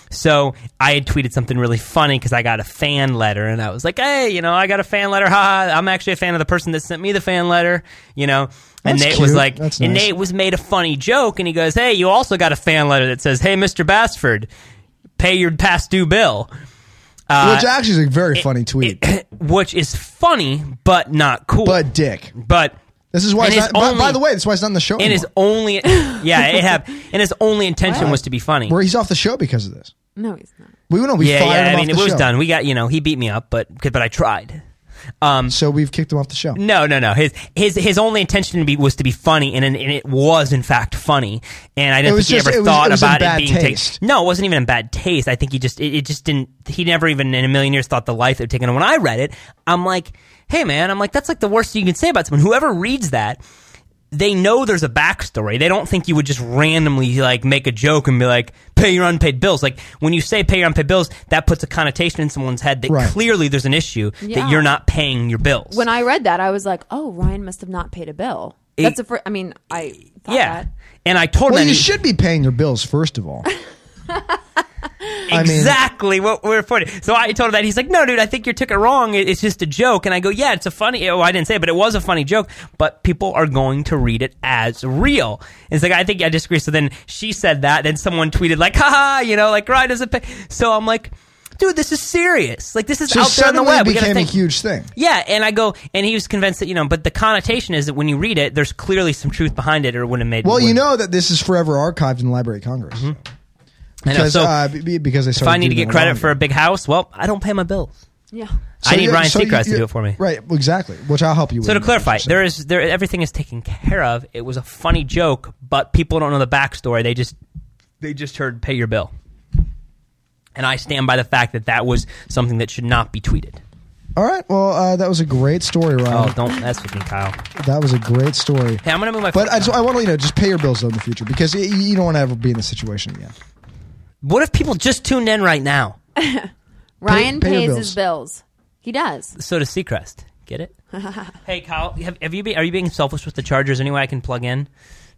[SPEAKER 3] So I had tweeted something really funny because I got a fan letter, and I was like, hey, you know, I got a fan letter. Ha! ha, I'm actually a fan of the person that sent me the fan letter. You know. And
[SPEAKER 2] That's
[SPEAKER 3] Nate was
[SPEAKER 2] cute.
[SPEAKER 3] like,
[SPEAKER 2] That's
[SPEAKER 3] and
[SPEAKER 2] nice.
[SPEAKER 3] Nate was made a funny joke, and he goes, "Hey, you also got a fan letter that says, hey, Mister Basford, pay your past due bill.'" Uh,
[SPEAKER 2] Which actually is a very funny tweet.
[SPEAKER 3] which is funny but not cool.
[SPEAKER 2] but dick,
[SPEAKER 3] but
[SPEAKER 2] this is why.
[SPEAKER 3] And
[SPEAKER 2] It's not,
[SPEAKER 3] it's
[SPEAKER 2] by, by
[SPEAKER 3] only-
[SPEAKER 2] the way, that's why it's not in the show.
[SPEAKER 3] and his
[SPEAKER 2] anymore.
[SPEAKER 3] only yeah it have and his only intention was to be funny.
[SPEAKER 2] where he's off the show because of this.
[SPEAKER 4] No, he's not.
[SPEAKER 2] We know we
[SPEAKER 3] yeah,
[SPEAKER 2] fired
[SPEAKER 3] yeah.
[SPEAKER 2] him
[SPEAKER 3] I
[SPEAKER 2] off
[SPEAKER 3] mean,
[SPEAKER 2] the
[SPEAKER 3] it was
[SPEAKER 2] show.
[SPEAKER 3] done. We got you know he beat me up, but but I tried.
[SPEAKER 2] So we've kicked him off the show.
[SPEAKER 3] No, no, no. His his his only intention to be, was to be funny, and, and it was in fact funny. And I
[SPEAKER 2] It
[SPEAKER 3] didn't
[SPEAKER 2] was
[SPEAKER 3] think he
[SPEAKER 2] just-
[SPEAKER 3] ever
[SPEAKER 2] it was-
[SPEAKER 3] thought
[SPEAKER 2] it was in
[SPEAKER 3] about
[SPEAKER 2] bad
[SPEAKER 3] it being ta-
[SPEAKER 2] taste.
[SPEAKER 3] No, it wasn't even in bad taste. I think he just it, it just didn't. He never even in a million years thought the life it would taken. And when I read it, I'm like, hey man, I'm like that's like the worst you can say about someone. Whoever reads that. They know there's a backstory. They don't think you would just randomly like make a joke and be like, "Pay your unpaid bills." Like when you say "pay your unpaid bills," that puts a connotation in someone's head that
[SPEAKER 2] Right.
[SPEAKER 3] clearly there's an issue
[SPEAKER 4] Yeah.
[SPEAKER 3] that you're not paying your bills.
[SPEAKER 4] When I read that, I was like, oh, Ryan must have not paid a bill. That's a first. I mean, I thought
[SPEAKER 3] Yeah.
[SPEAKER 4] that.
[SPEAKER 3] And I told
[SPEAKER 2] Well,
[SPEAKER 3] him
[SPEAKER 2] you should be paying your bills first of all. I mean-
[SPEAKER 3] exactly what we're putting. So I told him that. He's like, no, dude, I think you took it wrong. It- It's just a joke. And I go, yeah, it's a funny, oh, I didn't say it, but it was a funny joke. But people are going to read it as real. And it's like, I think I disagree. So then she said that. Then someone tweeted, like, haha, you know, like, Ryan doesn't pay. So I'm like, dude, this is serious. Like, this is
[SPEAKER 2] So
[SPEAKER 3] out there on the
[SPEAKER 2] suddenly it
[SPEAKER 3] web. We gotta
[SPEAKER 2] became a
[SPEAKER 3] think-
[SPEAKER 2] huge thing.
[SPEAKER 3] Yeah, and I go, and he was convinced that you know, but the connotation is that when you read it, there's clearly some truth behind it, or it wouldn't have made.
[SPEAKER 2] Well, you
[SPEAKER 3] wouldn't-
[SPEAKER 2] know that this is forever archived in the Library of Congress
[SPEAKER 3] Mm-hmm. I know.
[SPEAKER 2] because
[SPEAKER 3] So
[SPEAKER 2] uh, be- because they
[SPEAKER 3] if I need to get credit for a
[SPEAKER 2] for.
[SPEAKER 3] big house, well, I don't pay my bills.
[SPEAKER 4] Yeah.
[SPEAKER 3] I need
[SPEAKER 2] you're-
[SPEAKER 3] Ryan
[SPEAKER 2] you-
[SPEAKER 3] Seacrest to
[SPEAKER 2] you're-
[SPEAKER 3] do it for me.
[SPEAKER 2] Right, exactly. Which I'll help you with.
[SPEAKER 3] So to
[SPEAKER 2] in that
[SPEAKER 3] clarify,
[SPEAKER 2] process.
[SPEAKER 3] there is there everything is taken care of. It was a funny joke, but people don't know the backstory. They just they just heard pay your bill, and I stand by the fact that that was something that should not be tweeted.
[SPEAKER 2] All right. Well, uh, that was a great story, Ryan.
[SPEAKER 3] Oh, don't mess with me, Kyle.
[SPEAKER 2] That was a great story.
[SPEAKER 3] Hey, I'm gonna move my.
[SPEAKER 2] But
[SPEAKER 3] foot
[SPEAKER 2] I, just,
[SPEAKER 3] down.
[SPEAKER 2] I want to let you know, just pay your bills though in the future because y you don't want to ever be in this situation again.
[SPEAKER 3] what if people just tuned in right now?
[SPEAKER 4] Ryan
[SPEAKER 2] pay your
[SPEAKER 4] pays
[SPEAKER 2] bills.
[SPEAKER 4] his bills. He does.
[SPEAKER 3] So does Seacrest. Get it? hey, Kyle, have, have you been, are you being selfish with the chargers? Any way I can plug in?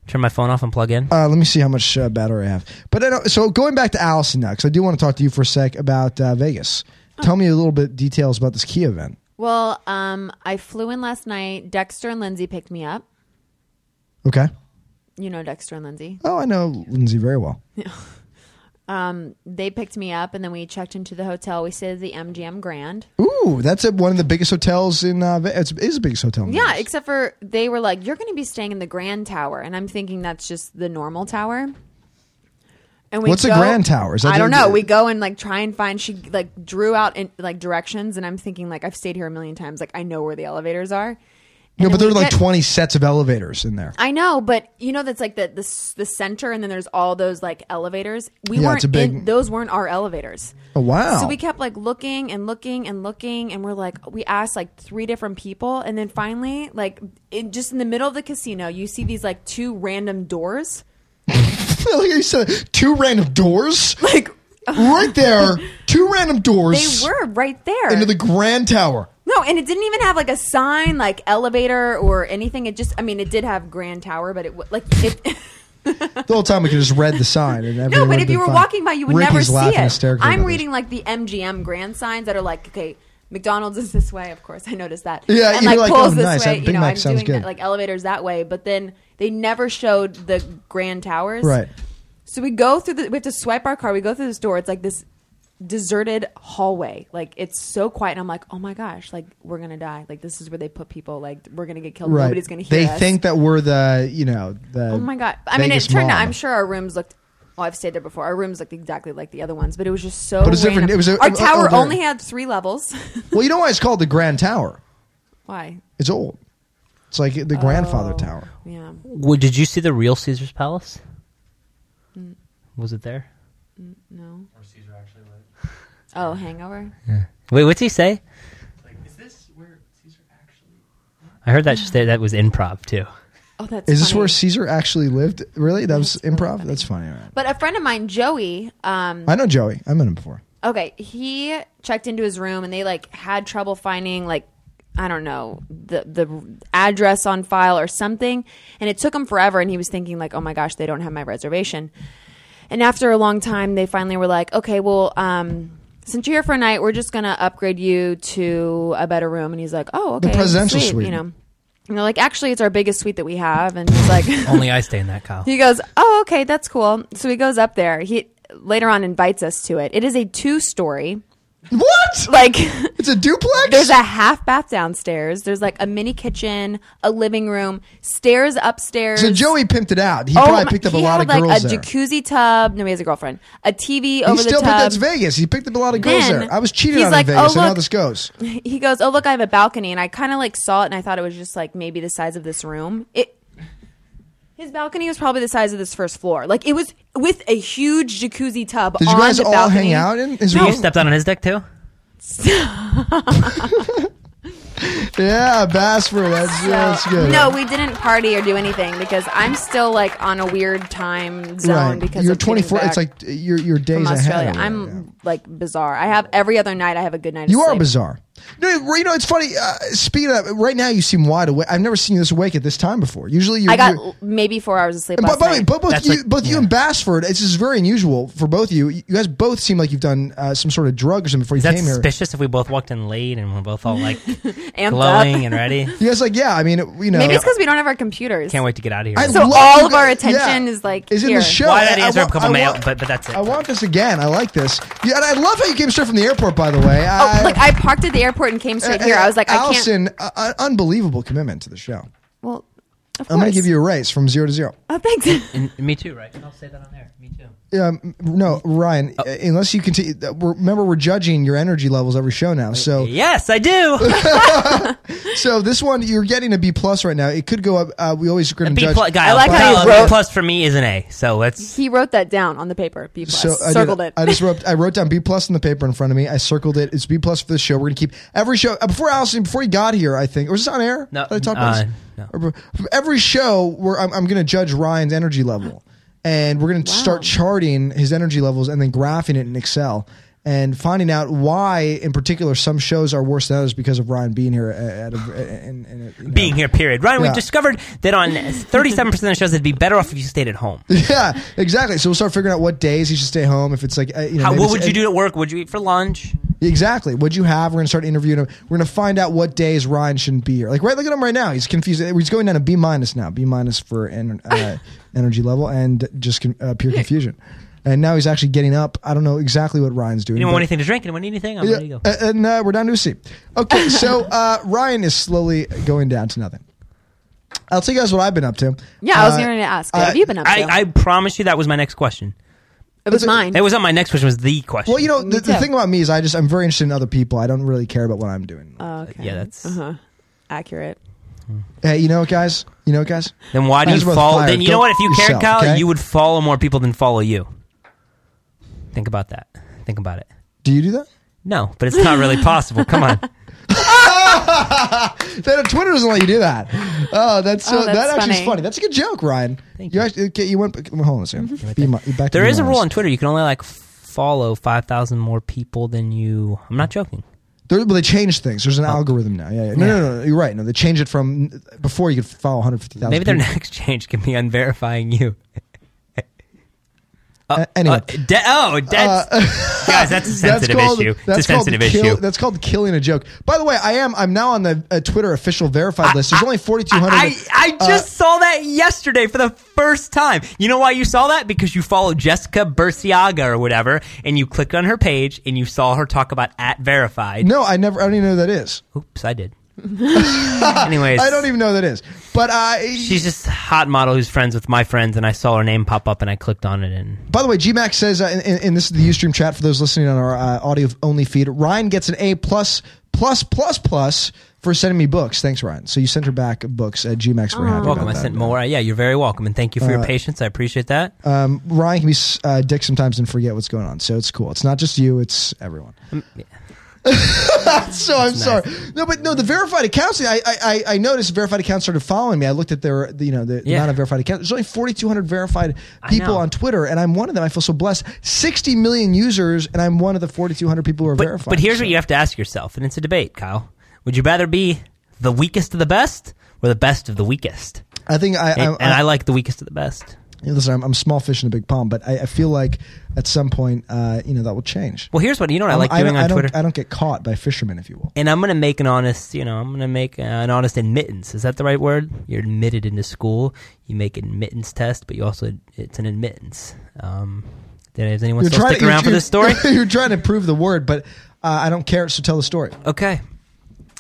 [SPEAKER 3] Turn my phone off and plug in.
[SPEAKER 2] Uh, let me see how much uh, battery I have. But I don't, so going back to Allison now, because I do want to talk to you for a sec about uh, Vegas.
[SPEAKER 4] Oh.
[SPEAKER 2] Tell me a little bit details about this Kia event.
[SPEAKER 4] Well, um, I flew in last night. Dexter and Lindsay picked me up.
[SPEAKER 2] Okay.
[SPEAKER 4] You know Dexter and Lindsay.
[SPEAKER 2] Oh, I know Lindsay very well.
[SPEAKER 4] They picked me up, and then we checked into the hotel. We stayed at the MGM Grand.
[SPEAKER 2] Ooh, that's at one of the biggest hotels in. Uh, Ve- it's, it is the biggest hotel. In
[SPEAKER 4] Yeah,
[SPEAKER 2] Vegas.
[SPEAKER 4] except for they were like, "You're going to be staying in the Grand Tower," and I'm thinking that's just the normal tower. And we
[SPEAKER 2] What's a
[SPEAKER 4] go-
[SPEAKER 2] grand tower? Is that
[SPEAKER 4] I don't
[SPEAKER 2] the-
[SPEAKER 4] know. We go and like try and find. She like drew out in, like directions, and I'm thinking like I've stayed here a million times. Like I know where the elevators are. And
[SPEAKER 2] No,
[SPEAKER 4] then
[SPEAKER 2] but there
[SPEAKER 4] we
[SPEAKER 2] are like
[SPEAKER 4] get-
[SPEAKER 2] 20 sets of elevators in there.
[SPEAKER 4] I know, but you know that's like the the, s- the center, and then there's all those like elevators. We
[SPEAKER 2] Yeah,
[SPEAKER 4] weren't
[SPEAKER 2] it's a big-
[SPEAKER 4] in those weren't our elevators.
[SPEAKER 2] Oh, wow.
[SPEAKER 4] Uh, So we kept like looking and looking and looking, and we're like, we asked like three different people, and then finally, like, in, just in the middle of the casino, you see these like two random doors,
[SPEAKER 2] like you said, two random doors
[SPEAKER 4] like
[SPEAKER 2] right there. Two random
[SPEAKER 4] they
[SPEAKER 2] doors
[SPEAKER 4] were right there.
[SPEAKER 2] into the grand tower.
[SPEAKER 4] no, and it didn't even have like a sign, like elevator or anything. It just, I mean, it did have Grand Tower, but it w- like it.
[SPEAKER 2] The whole time we could just read the sign. And
[SPEAKER 4] No,
[SPEAKER 2] everything
[SPEAKER 4] but
[SPEAKER 2] would've
[SPEAKER 4] if you
[SPEAKER 2] been
[SPEAKER 4] were
[SPEAKER 2] fine.
[SPEAKER 4] walking by, you would
[SPEAKER 2] Ricky's
[SPEAKER 4] never
[SPEAKER 2] laughing
[SPEAKER 4] see it.
[SPEAKER 2] hysterically
[SPEAKER 4] I'm
[SPEAKER 2] about
[SPEAKER 4] reading like the MGM grand signs that are like, okay, McDonald's is this way. Of course, I noticed that.
[SPEAKER 2] Yeah,
[SPEAKER 4] and
[SPEAKER 2] you're
[SPEAKER 4] like
[SPEAKER 2] like,
[SPEAKER 4] Kohl's
[SPEAKER 2] oh,
[SPEAKER 4] this
[SPEAKER 2] nice,
[SPEAKER 4] way.
[SPEAKER 2] that
[SPEAKER 4] you
[SPEAKER 2] Big
[SPEAKER 4] know,
[SPEAKER 2] Mac
[SPEAKER 4] I'm
[SPEAKER 2] sounds
[SPEAKER 4] doing that,
[SPEAKER 2] good.
[SPEAKER 4] like elevators that way. But then they never showed the grand towers.
[SPEAKER 2] this. right.
[SPEAKER 4] So we go through the. We have to swipe our car. We go through this door. It's like this deserted hallway. Like it's so quiet. And I'm like, oh my gosh, like we're gonna die. Like this is where they put people. Like we're gonna get killed.
[SPEAKER 2] Right.
[SPEAKER 4] Nobody's gonna hear
[SPEAKER 2] they
[SPEAKER 4] us.
[SPEAKER 2] think that we're the, you know, the.
[SPEAKER 4] Oh my god! I mean, it
[SPEAKER 2] Vegas
[SPEAKER 4] turned out.
[SPEAKER 2] mob.
[SPEAKER 4] I'm sure our rooms looked. Oh, I've stayed there before. Our rooms looked exactly like the other ones, but it was just so.
[SPEAKER 2] it was different.
[SPEAKER 4] random.
[SPEAKER 2] It was a-
[SPEAKER 4] our
[SPEAKER 2] oh,
[SPEAKER 4] tower
[SPEAKER 2] oh,
[SPEAKER 4] only
[SPEAKER 2] there.
[SPEAKER 4] had three levels.
[SPEAKER 2] Well, you know why it's called the Grand Tower?
[SPEAKER 4] Why?
[SPEAKER 2] It's old. It's like the
[SPEAKER 4] Oh.
[SPEAKER 2] grandfather tower.
[SPEAKER 4] Yeah.
[SPEAKER 3] Well, did you see the real Caesar's Palace?
[SPEAKER 4] Mm.
[SPEAKER 3] Was it there?
[SPEAKER 4] No. Oh, Hangover.
[SPEAKER 3] Wait, what's he say?
[SPEAKER 5] Like, is this where Caesar actually?
[SPEAKER 3] I heard that just that was improv too.
[SPEAKER 4] Oh, that's.
[SPEAKER 2] Is this
[SPEAKER 4] funny.
[SPEAKER 2] where Caesar actually lived? Really? That was improv? That's funny. Right?
[SPEAKER 4] But a friend of mine, Joey. Um.
[SPEAKER 2] I know Joey. I met him before.
[SPEAKER 4] Okay, he checked into his room, and they like had trouble finding like. I don't know the the address on file or something, and it took him forever. And he was thinking like, "Oh my gosh, they don't have my reservation." And after a long time, they finally were like, okay, well, um, since you're here for a night, we're just going to upgrade you to a better room. And he's like, oh, okay.
[SPEAKER 2] presidential suite.
[SPEAKER 4] You know, and they're like, actually, it's our biggest suite that we have. And he's like,
[SPEAKER 3] Only I stay in that, Kyle.
[SPEAKER 4] he goes, oh, okay, that's cool. So he goes up there. He later on invites us to it. It is a two story.
[SPEAKER 2] What?
[SPEAKER 4] Like,
[SPEAKER 2] It's a duplex?
[SPEAKER 4] there's a half bath downstairs. There's like a mini kitchen, a living room, stairs upstairs.
[SPEAKER 2] so Joey pimped it out. He
[SPEAKER 4] Oh
[SPEAKER 2] probably
[SPEAKER 4] my-
[SPEAKER 2] picked up a
[SPEAKER 4] he
[SPEAKER 2] lot
[SPEAKER 4] had
[SPEAKER 2] of
[SPEAKER 4] like
[SPEAKER 2] girls
[SPEAKER 4] a
[SPEAKER 2] there.
[SPEAKER 4] jacuzzi tub. No, he has a girlfriend. A TV over
[SPEAKER 2] He
[SPEAKER 4] the
[SPEAKER 2] still picked
[SPEAKER 4] tub.
[SPEAKER 2] that's Vegas. He picked up a lot of girls
[SPEAKER 4] Then
[SPEAKER 2] there. I was cheated
[SPEAKER 4] he's
[SPEAKER 2] on
[SPEAKER 4] like,
[SPEAKER 2] in Vegas.
[SPEAKER 4] "Oh,
[SPEAKER 2] I know how
[SPEAKER 4] look."
[SPEAKER 2] this goes.
[SPEAKER 4] he goes, "Oh look, I have a balcony," and I kind of like saw it, and I thought it was just like maybe the size of this room. It his balcony was probably the size of this first floor. Like it was with a huge jacuzzi tub.
[SPEAKER 2] Did you
[SPEAKER 4] on
[SPEAKER 2] guys
[SPEAKER 4] the
[SPEAKER 2] all
[SPEAKER 4] balcony.
[SPEAKER 2] hang out in his
[SPEAKER 3] You
[SPEAKER 2] room?
[SPEAKER 3] stepped out on his dick too.
[SPEAKER 2] Yeah, Basper. That's, yeah, that's good.
[SPEAKER 4] No, we didn't party or do anything because I'm still like on a weird time zone
[SPEAKER 2] right.
[SPEAKER 4] because
[SPEAKER 2] you're
[SPEAKER 4] of getting
[SPEAKER 2] 24. It's
[SPEAKER 4] back
[SPEAKER 2] like your your
[SPEAKER 4] from
[SPEAKER 2] days
[SPEAKER 4] Australia.
[SPEAKER 2] ahead.
[SPEAKER 4] I'm
[SPEAKER 2] already, yeah.
[SPEAKER 4] like bizarre. I have every other night. I have a good night.
[SPEAKER 2] You
[SPEAKER 4] of
[SPEAKER 2] are
[SPEAKER 4] sleep.
[SPEAKER 2] bizarre. No, you know it's funny. Uh, speaking of right now, you seem wide awake. I've never seen you this awake at this time before. Usually, you
[SPEAKER 4] I got
[SPEAKER 2] you-
[SPEAKER 4] l- maybe four hours of sleep.
[SPEAKER 2] But,
[SPEAKER 4] Last
[SPEAKER 2] by the way,
[SPEAKER 4] night.
[SPEAKER 2] but both
[SPEAKER 3] That's
[SPEAKER 2] you,
[SPEAKER 3] like-
[SPEAKER 2] both you
[SPEAKER 3] yeah.
[SPEAKER 2] and Bassford, it's just very unusual for both of you. You guys both seem like you've done uh, some sort of drug or something before
[SPEAKER 3] Is
[SPEAKER 2] you
[SPEAKER 3] that
[SPEAKER 2] came here.
[SPEAKER 3] suspicious if we both walked in late and we're both all like
[SPEAKER 4] Amped up.
[SPEAKER 3] glowing and ready?
[SPEAKER 2] You guys like, yeah. I mean, you know,
[SPEAKER 4] Maybe it's because we don't have our computers.
[SPEAKER 3] Can't wait to get out of
[SPEAKER 2] I
[SPEAKER 3] here.
[SPEAKER 4] So
[SPEAKER 2] love-
[SPEAKER 4] all of our attention is, like,
[SPEAKER 2] is in
[SPEAKER 4] here.
[SPEAKER 2] the show.
[SPEAKER 3] Why that
[SPEAKER 2] I- I
[SPEAKER 3] answer up
[SPEAKER 2] want-
[SPEAKER 3] a couple
[SPEAKER 2] I
[SPEAKER 3] mail,
[SPEAKER 2] want-
[SPEAKER 3] but but that's it.
[SPEAKER 2] I want this again. I like this. Yeah, and I love how you came straight from the airport. By the way,
[SPEAKER 4] Oh, like I parked at the airport and came straight here. I was like, I can't.
[SPEAKER 2] Allison, uh, uh, unbelievable commitment to the show.
[SPEAKER 4] Well, of
[SPEAKER 2] I'm going
[SPEAKER 4] course.
[SPEAKER 2] to give you a raise from zero to zero.
[SPEAKER 4] Oh, thanks.
[SPEAKER 3] And me too, right? I'll say that on there. Me too.
[SPEAKER 2] Um, no, Ryan.
[SPEAKER 3] Oh.
[SPEAKER 2] uh, Unless you continue, uh, we're- remember we're judging your energy levels every show now. So,
[SPEAKER 3] Yes, I do.
[SPEAKER 2] so this one you're getting a B plus right now. It could go up. Uh, we always going to
[SPEAKER 3] B
[SPEAKER 2] judge.
[SPEAKER 3] plus, guy,
[SPEAKER 4] I like how you
[SPEAKER 3] B
[SPEAKER 4] wrote-
[SPEAKER 3] plus for me is an A. So let's.
[SPEAKER 4] he wrote that down on the paper. B plus.
[SPEAKER 2] So I did-
[SPEAKER 4] Circled it.
[SPEAKER 2] I just wrote. I wrote down B plus in the paper in front of me. I circled it. It's B plus for this show. We're gonna keep every show uh, before Allison. Before you got here, I think or was this on air?
[SPEAKER 3] No,
[SPEAKER 2] Did I talk about
[SPEAKER 3] uh,
[SPEAKER 2] this?
[SPEAKER 3] no.
[SPEAKER 2] Or- from every show, where I'm, I'm gonna judge Ryan's energy level, and we're gonna start charting his energy levels and then graphing it in Excel and finding out why, in particular, some shows are worse than others because of Ryan being here. uh, At, at a, in, in a, you know.
[SPEAKER 3] Being here, period. Ryan,
[SPEAKER 2] Yeah.
[SPEAKER 3] we've discovered that on 37% of the shows, it'd be better off if you stayed at home.
[SPEAKER 2] Yeah, exactly. So we'll start figuring out what days he should stay home. If it's like, uh, you know,
[SPEAKER 3] How,
[SPEAKER 2] maybe
[SPEAKER 3] what
[SPEAKER 2] it's-
[SPEAKER 3] would you do at work? Would you eat for lunch?
[SPEAKER 2] Exactly. What'd you have? We're gonna start interviewing him. We're gonna find out what days Ryan shouldn't be here. Like right, look at him right now. He's confused. He's going down a B minus now. B minus for en- uh, energy level and just con- uh, pure confusion. And now he's actually getting up. I don't know exactly what Ryan's doing.
[SPEAKER 3] Anyone
[SPEAKER 2] but-
[SPEAKER 3] want anything to drink? Anyone need anything? I'm
[SPEAKER 2] Yeah,
[SPEAKER 3] ready to go.
[SPEAKER 2] a- and uh, we're down to a C. Okay, so uh, Ryan is slowly going down to nothing. I'll tell you guys what I've been up to.
[SPEAKER 4] yeah, I was
[SPEAKER 2] Uh,
[SPEAKER 4] going to ask.
[SPEAKER 2] uh,
[SPEAKER 4] what have you been up to?
[SPEAKER 3] I, I promise you that was my next question.
[SPEAKER 4] It was
[SPEAKER 2] It's a-
[SPEAKER 4] mine.
[SPEAKER 3] It was on my next question was the question.
[SPEAKER 2] Well, you know, the, the
[SPEAKER 4] too.
[SPEAKER 2] thing about me is I just I'm very interested in other people. I don't really care about what I'm doing.
[SPEAKER 4] okay.
[SPEAKER 3] yeah, that's-
[SPEAKER 4] uh-huh. accurate.
[SPEAKER 2] hey, you know what, guys? You know what, guys?
[SPEAKER 3] then why do
[SPEAKER 2] Might
[SPEAKER 3] you
[SPEAKER 2] as well
[SPEAKER 3] follow?
[SPEAKER 2] fire
[SPEAKER 3] Then you know what? If you cared,
[SPEAKER 2] yourself,
[SPEAKER 3] Kyle,
[SPEAKER 2] okay?
[SPEAKER 3] you would follow more people than follow you. Think about that. Think about it.
[SPEAKER 2] Do you do that?
[SPEAKER 3] No, but it's not really possible. Come on.
[SPEAKER 2] That Twitter doesn't let you do that. Oh, that's so
[SPEAKER 4] Oh, that's
[SPEAKER 2] that actually is
[SPEAKER 4] funny.
[SPEAKER 2] funny. That's a good joke, Ryan.
[SPEAKER 3] Thank
[SPEAKER 2] you.
[SPEAKER 3] you.
[SPEAKER 2] Actually, okay, you went. Hold on a second. Be, mo- back to
[SPEAKER 3] Mm-hmm. There
[SPEAKER 2] being
[SPEAKER 3] is a rule
[SPEAKER 2] honest.
[SPEAKER 3] on Twitter. You can only like follow five thousand more people than you. I'm not joking.
[SPEAKER 2] There, well, they changed things. There's an
[SPEAKER 3] Oh.
[SPEAKER 2] algorithm now. Yeah, yeah. No,
[SPEAKER 3] Yeah.
[SPEAKER 2] no, no, no, You're right. No, they changed it from before you could follow 150,000.
[SPEAKER 3] Maybe their
[SPEAKER 2] people.
[SPEAKER 3] next change can be on verifying you.
[SPEAKER 2] A- Uh, anyway.
[SPEAKER 3] Uh, de- oh, that's, guys, that's a sensitive issue. It's a sensitive
[SPEAKER 2] kill-
[SPEAKER 3] issue.
[SPEAKER 2] That's called killing a joke. By the way, I am. I'm now on the uh, Twitter official verified list. There's only 4,200.
[SPEAKER 3] I, I
[SPEAKER 2] Uh,
[SPEAKER 3] just saw that yesterday for the first time. You know why you saw that? Because you followed Jessica Berciaga or whatever, and you clicked on her page and you saw her talk about at verified.
[SPEAKER 2] no, I never. I don't even know who that is.
[SPEAKER 3] Oops, I did. Anyways,
[SPEAKER 2] I don't even know who that is. But uh,
[SPEAKER 3] She's just a hot model who's friends with my friends, and I saw her name pop up and I clicked on it. And
[SPEAKER 2] By the way, GMAC says, uh, and, and and this is the Ustream chat for those listening on our uh, audio only feed. Ryan gets an A plus plus plus plus for sending me books. Thanks, Ryan. So you sent her back books at GMAX. We're happy.
[SPEAKER 3] welcome, I
[SPEAKER 2] about
[SPEAKER 3] sent
[SPEAKER 2] that. Uh,
[SPEAKER 3] more. Yeah, you're very welcome, and thank you for your patience. I appreciate that.
[SPEAKER 2] Um, Ryan can be uh, dick sometimes and forget what's going on, so it's cool. It's not just you; it's everyone.
[SPEAKER 3] Mm,
[SPEAKER 2] so I'm sorry. No, but no, the verified accounts. I I, I- I noticed verified accounts started following me. I looked at their you know the
[SPEAKER 3] Yeah.
[SPEAKER 2] amount of verified accounts. There's only 4,200 verified people
[SPEAKER 3] know.
[SPEAKER 2] on Twitter, and I'm one of them. I feel so blessed. 60 million users, and I'm one of the 4,200 people who are
[SPEAKER 3] But,
[SPEAKER 2] verified.
[SPEAKER 3] but here's
[SPEAKER 2] So-
[SPEAKER 3] what you have to ask yourself, and it's a debate, Kyle. Would you rather be the weakest of the best or the best of the weakest?
[SPEAKER 2] I think I,
[SPEAKER 3] And,
[SPEAKER 2] I,
[SPEAKER 3] and
[SPEAKER 2] I-
[SPEAKER 3] I like the weakest of the best.
[SPEAKER 2] you know, listen. I'm, I'm small fish in a big pond, but I, I feel like at some point, uh, you know, that will change.
[SPEAKER 3] Well, here's what you know. What I
[SPEAKER 2] I'm-
[SPEAKER 3] like doing
[SPEAKER 2] don't-
[SPEAKER 3] on
[SPEAKER 2] I don't,
[SPEAKER 3] Twitter,
[SPEAKER 2] I don't get caught by fishermen, if you will.
[SPEAKER 3] and I'm gonna make an honest. You know, I'm gonna make uh, an honest admittance. Is that the right word? You're admitted into school. You make admittance test, but you also it's an admittance. Um, did is anyone still sticking around for this story?
[SPEAKER 2] You're trying to prove the word, but uh, I don't care. So tell the story.
[SPEAKER 3] Okay.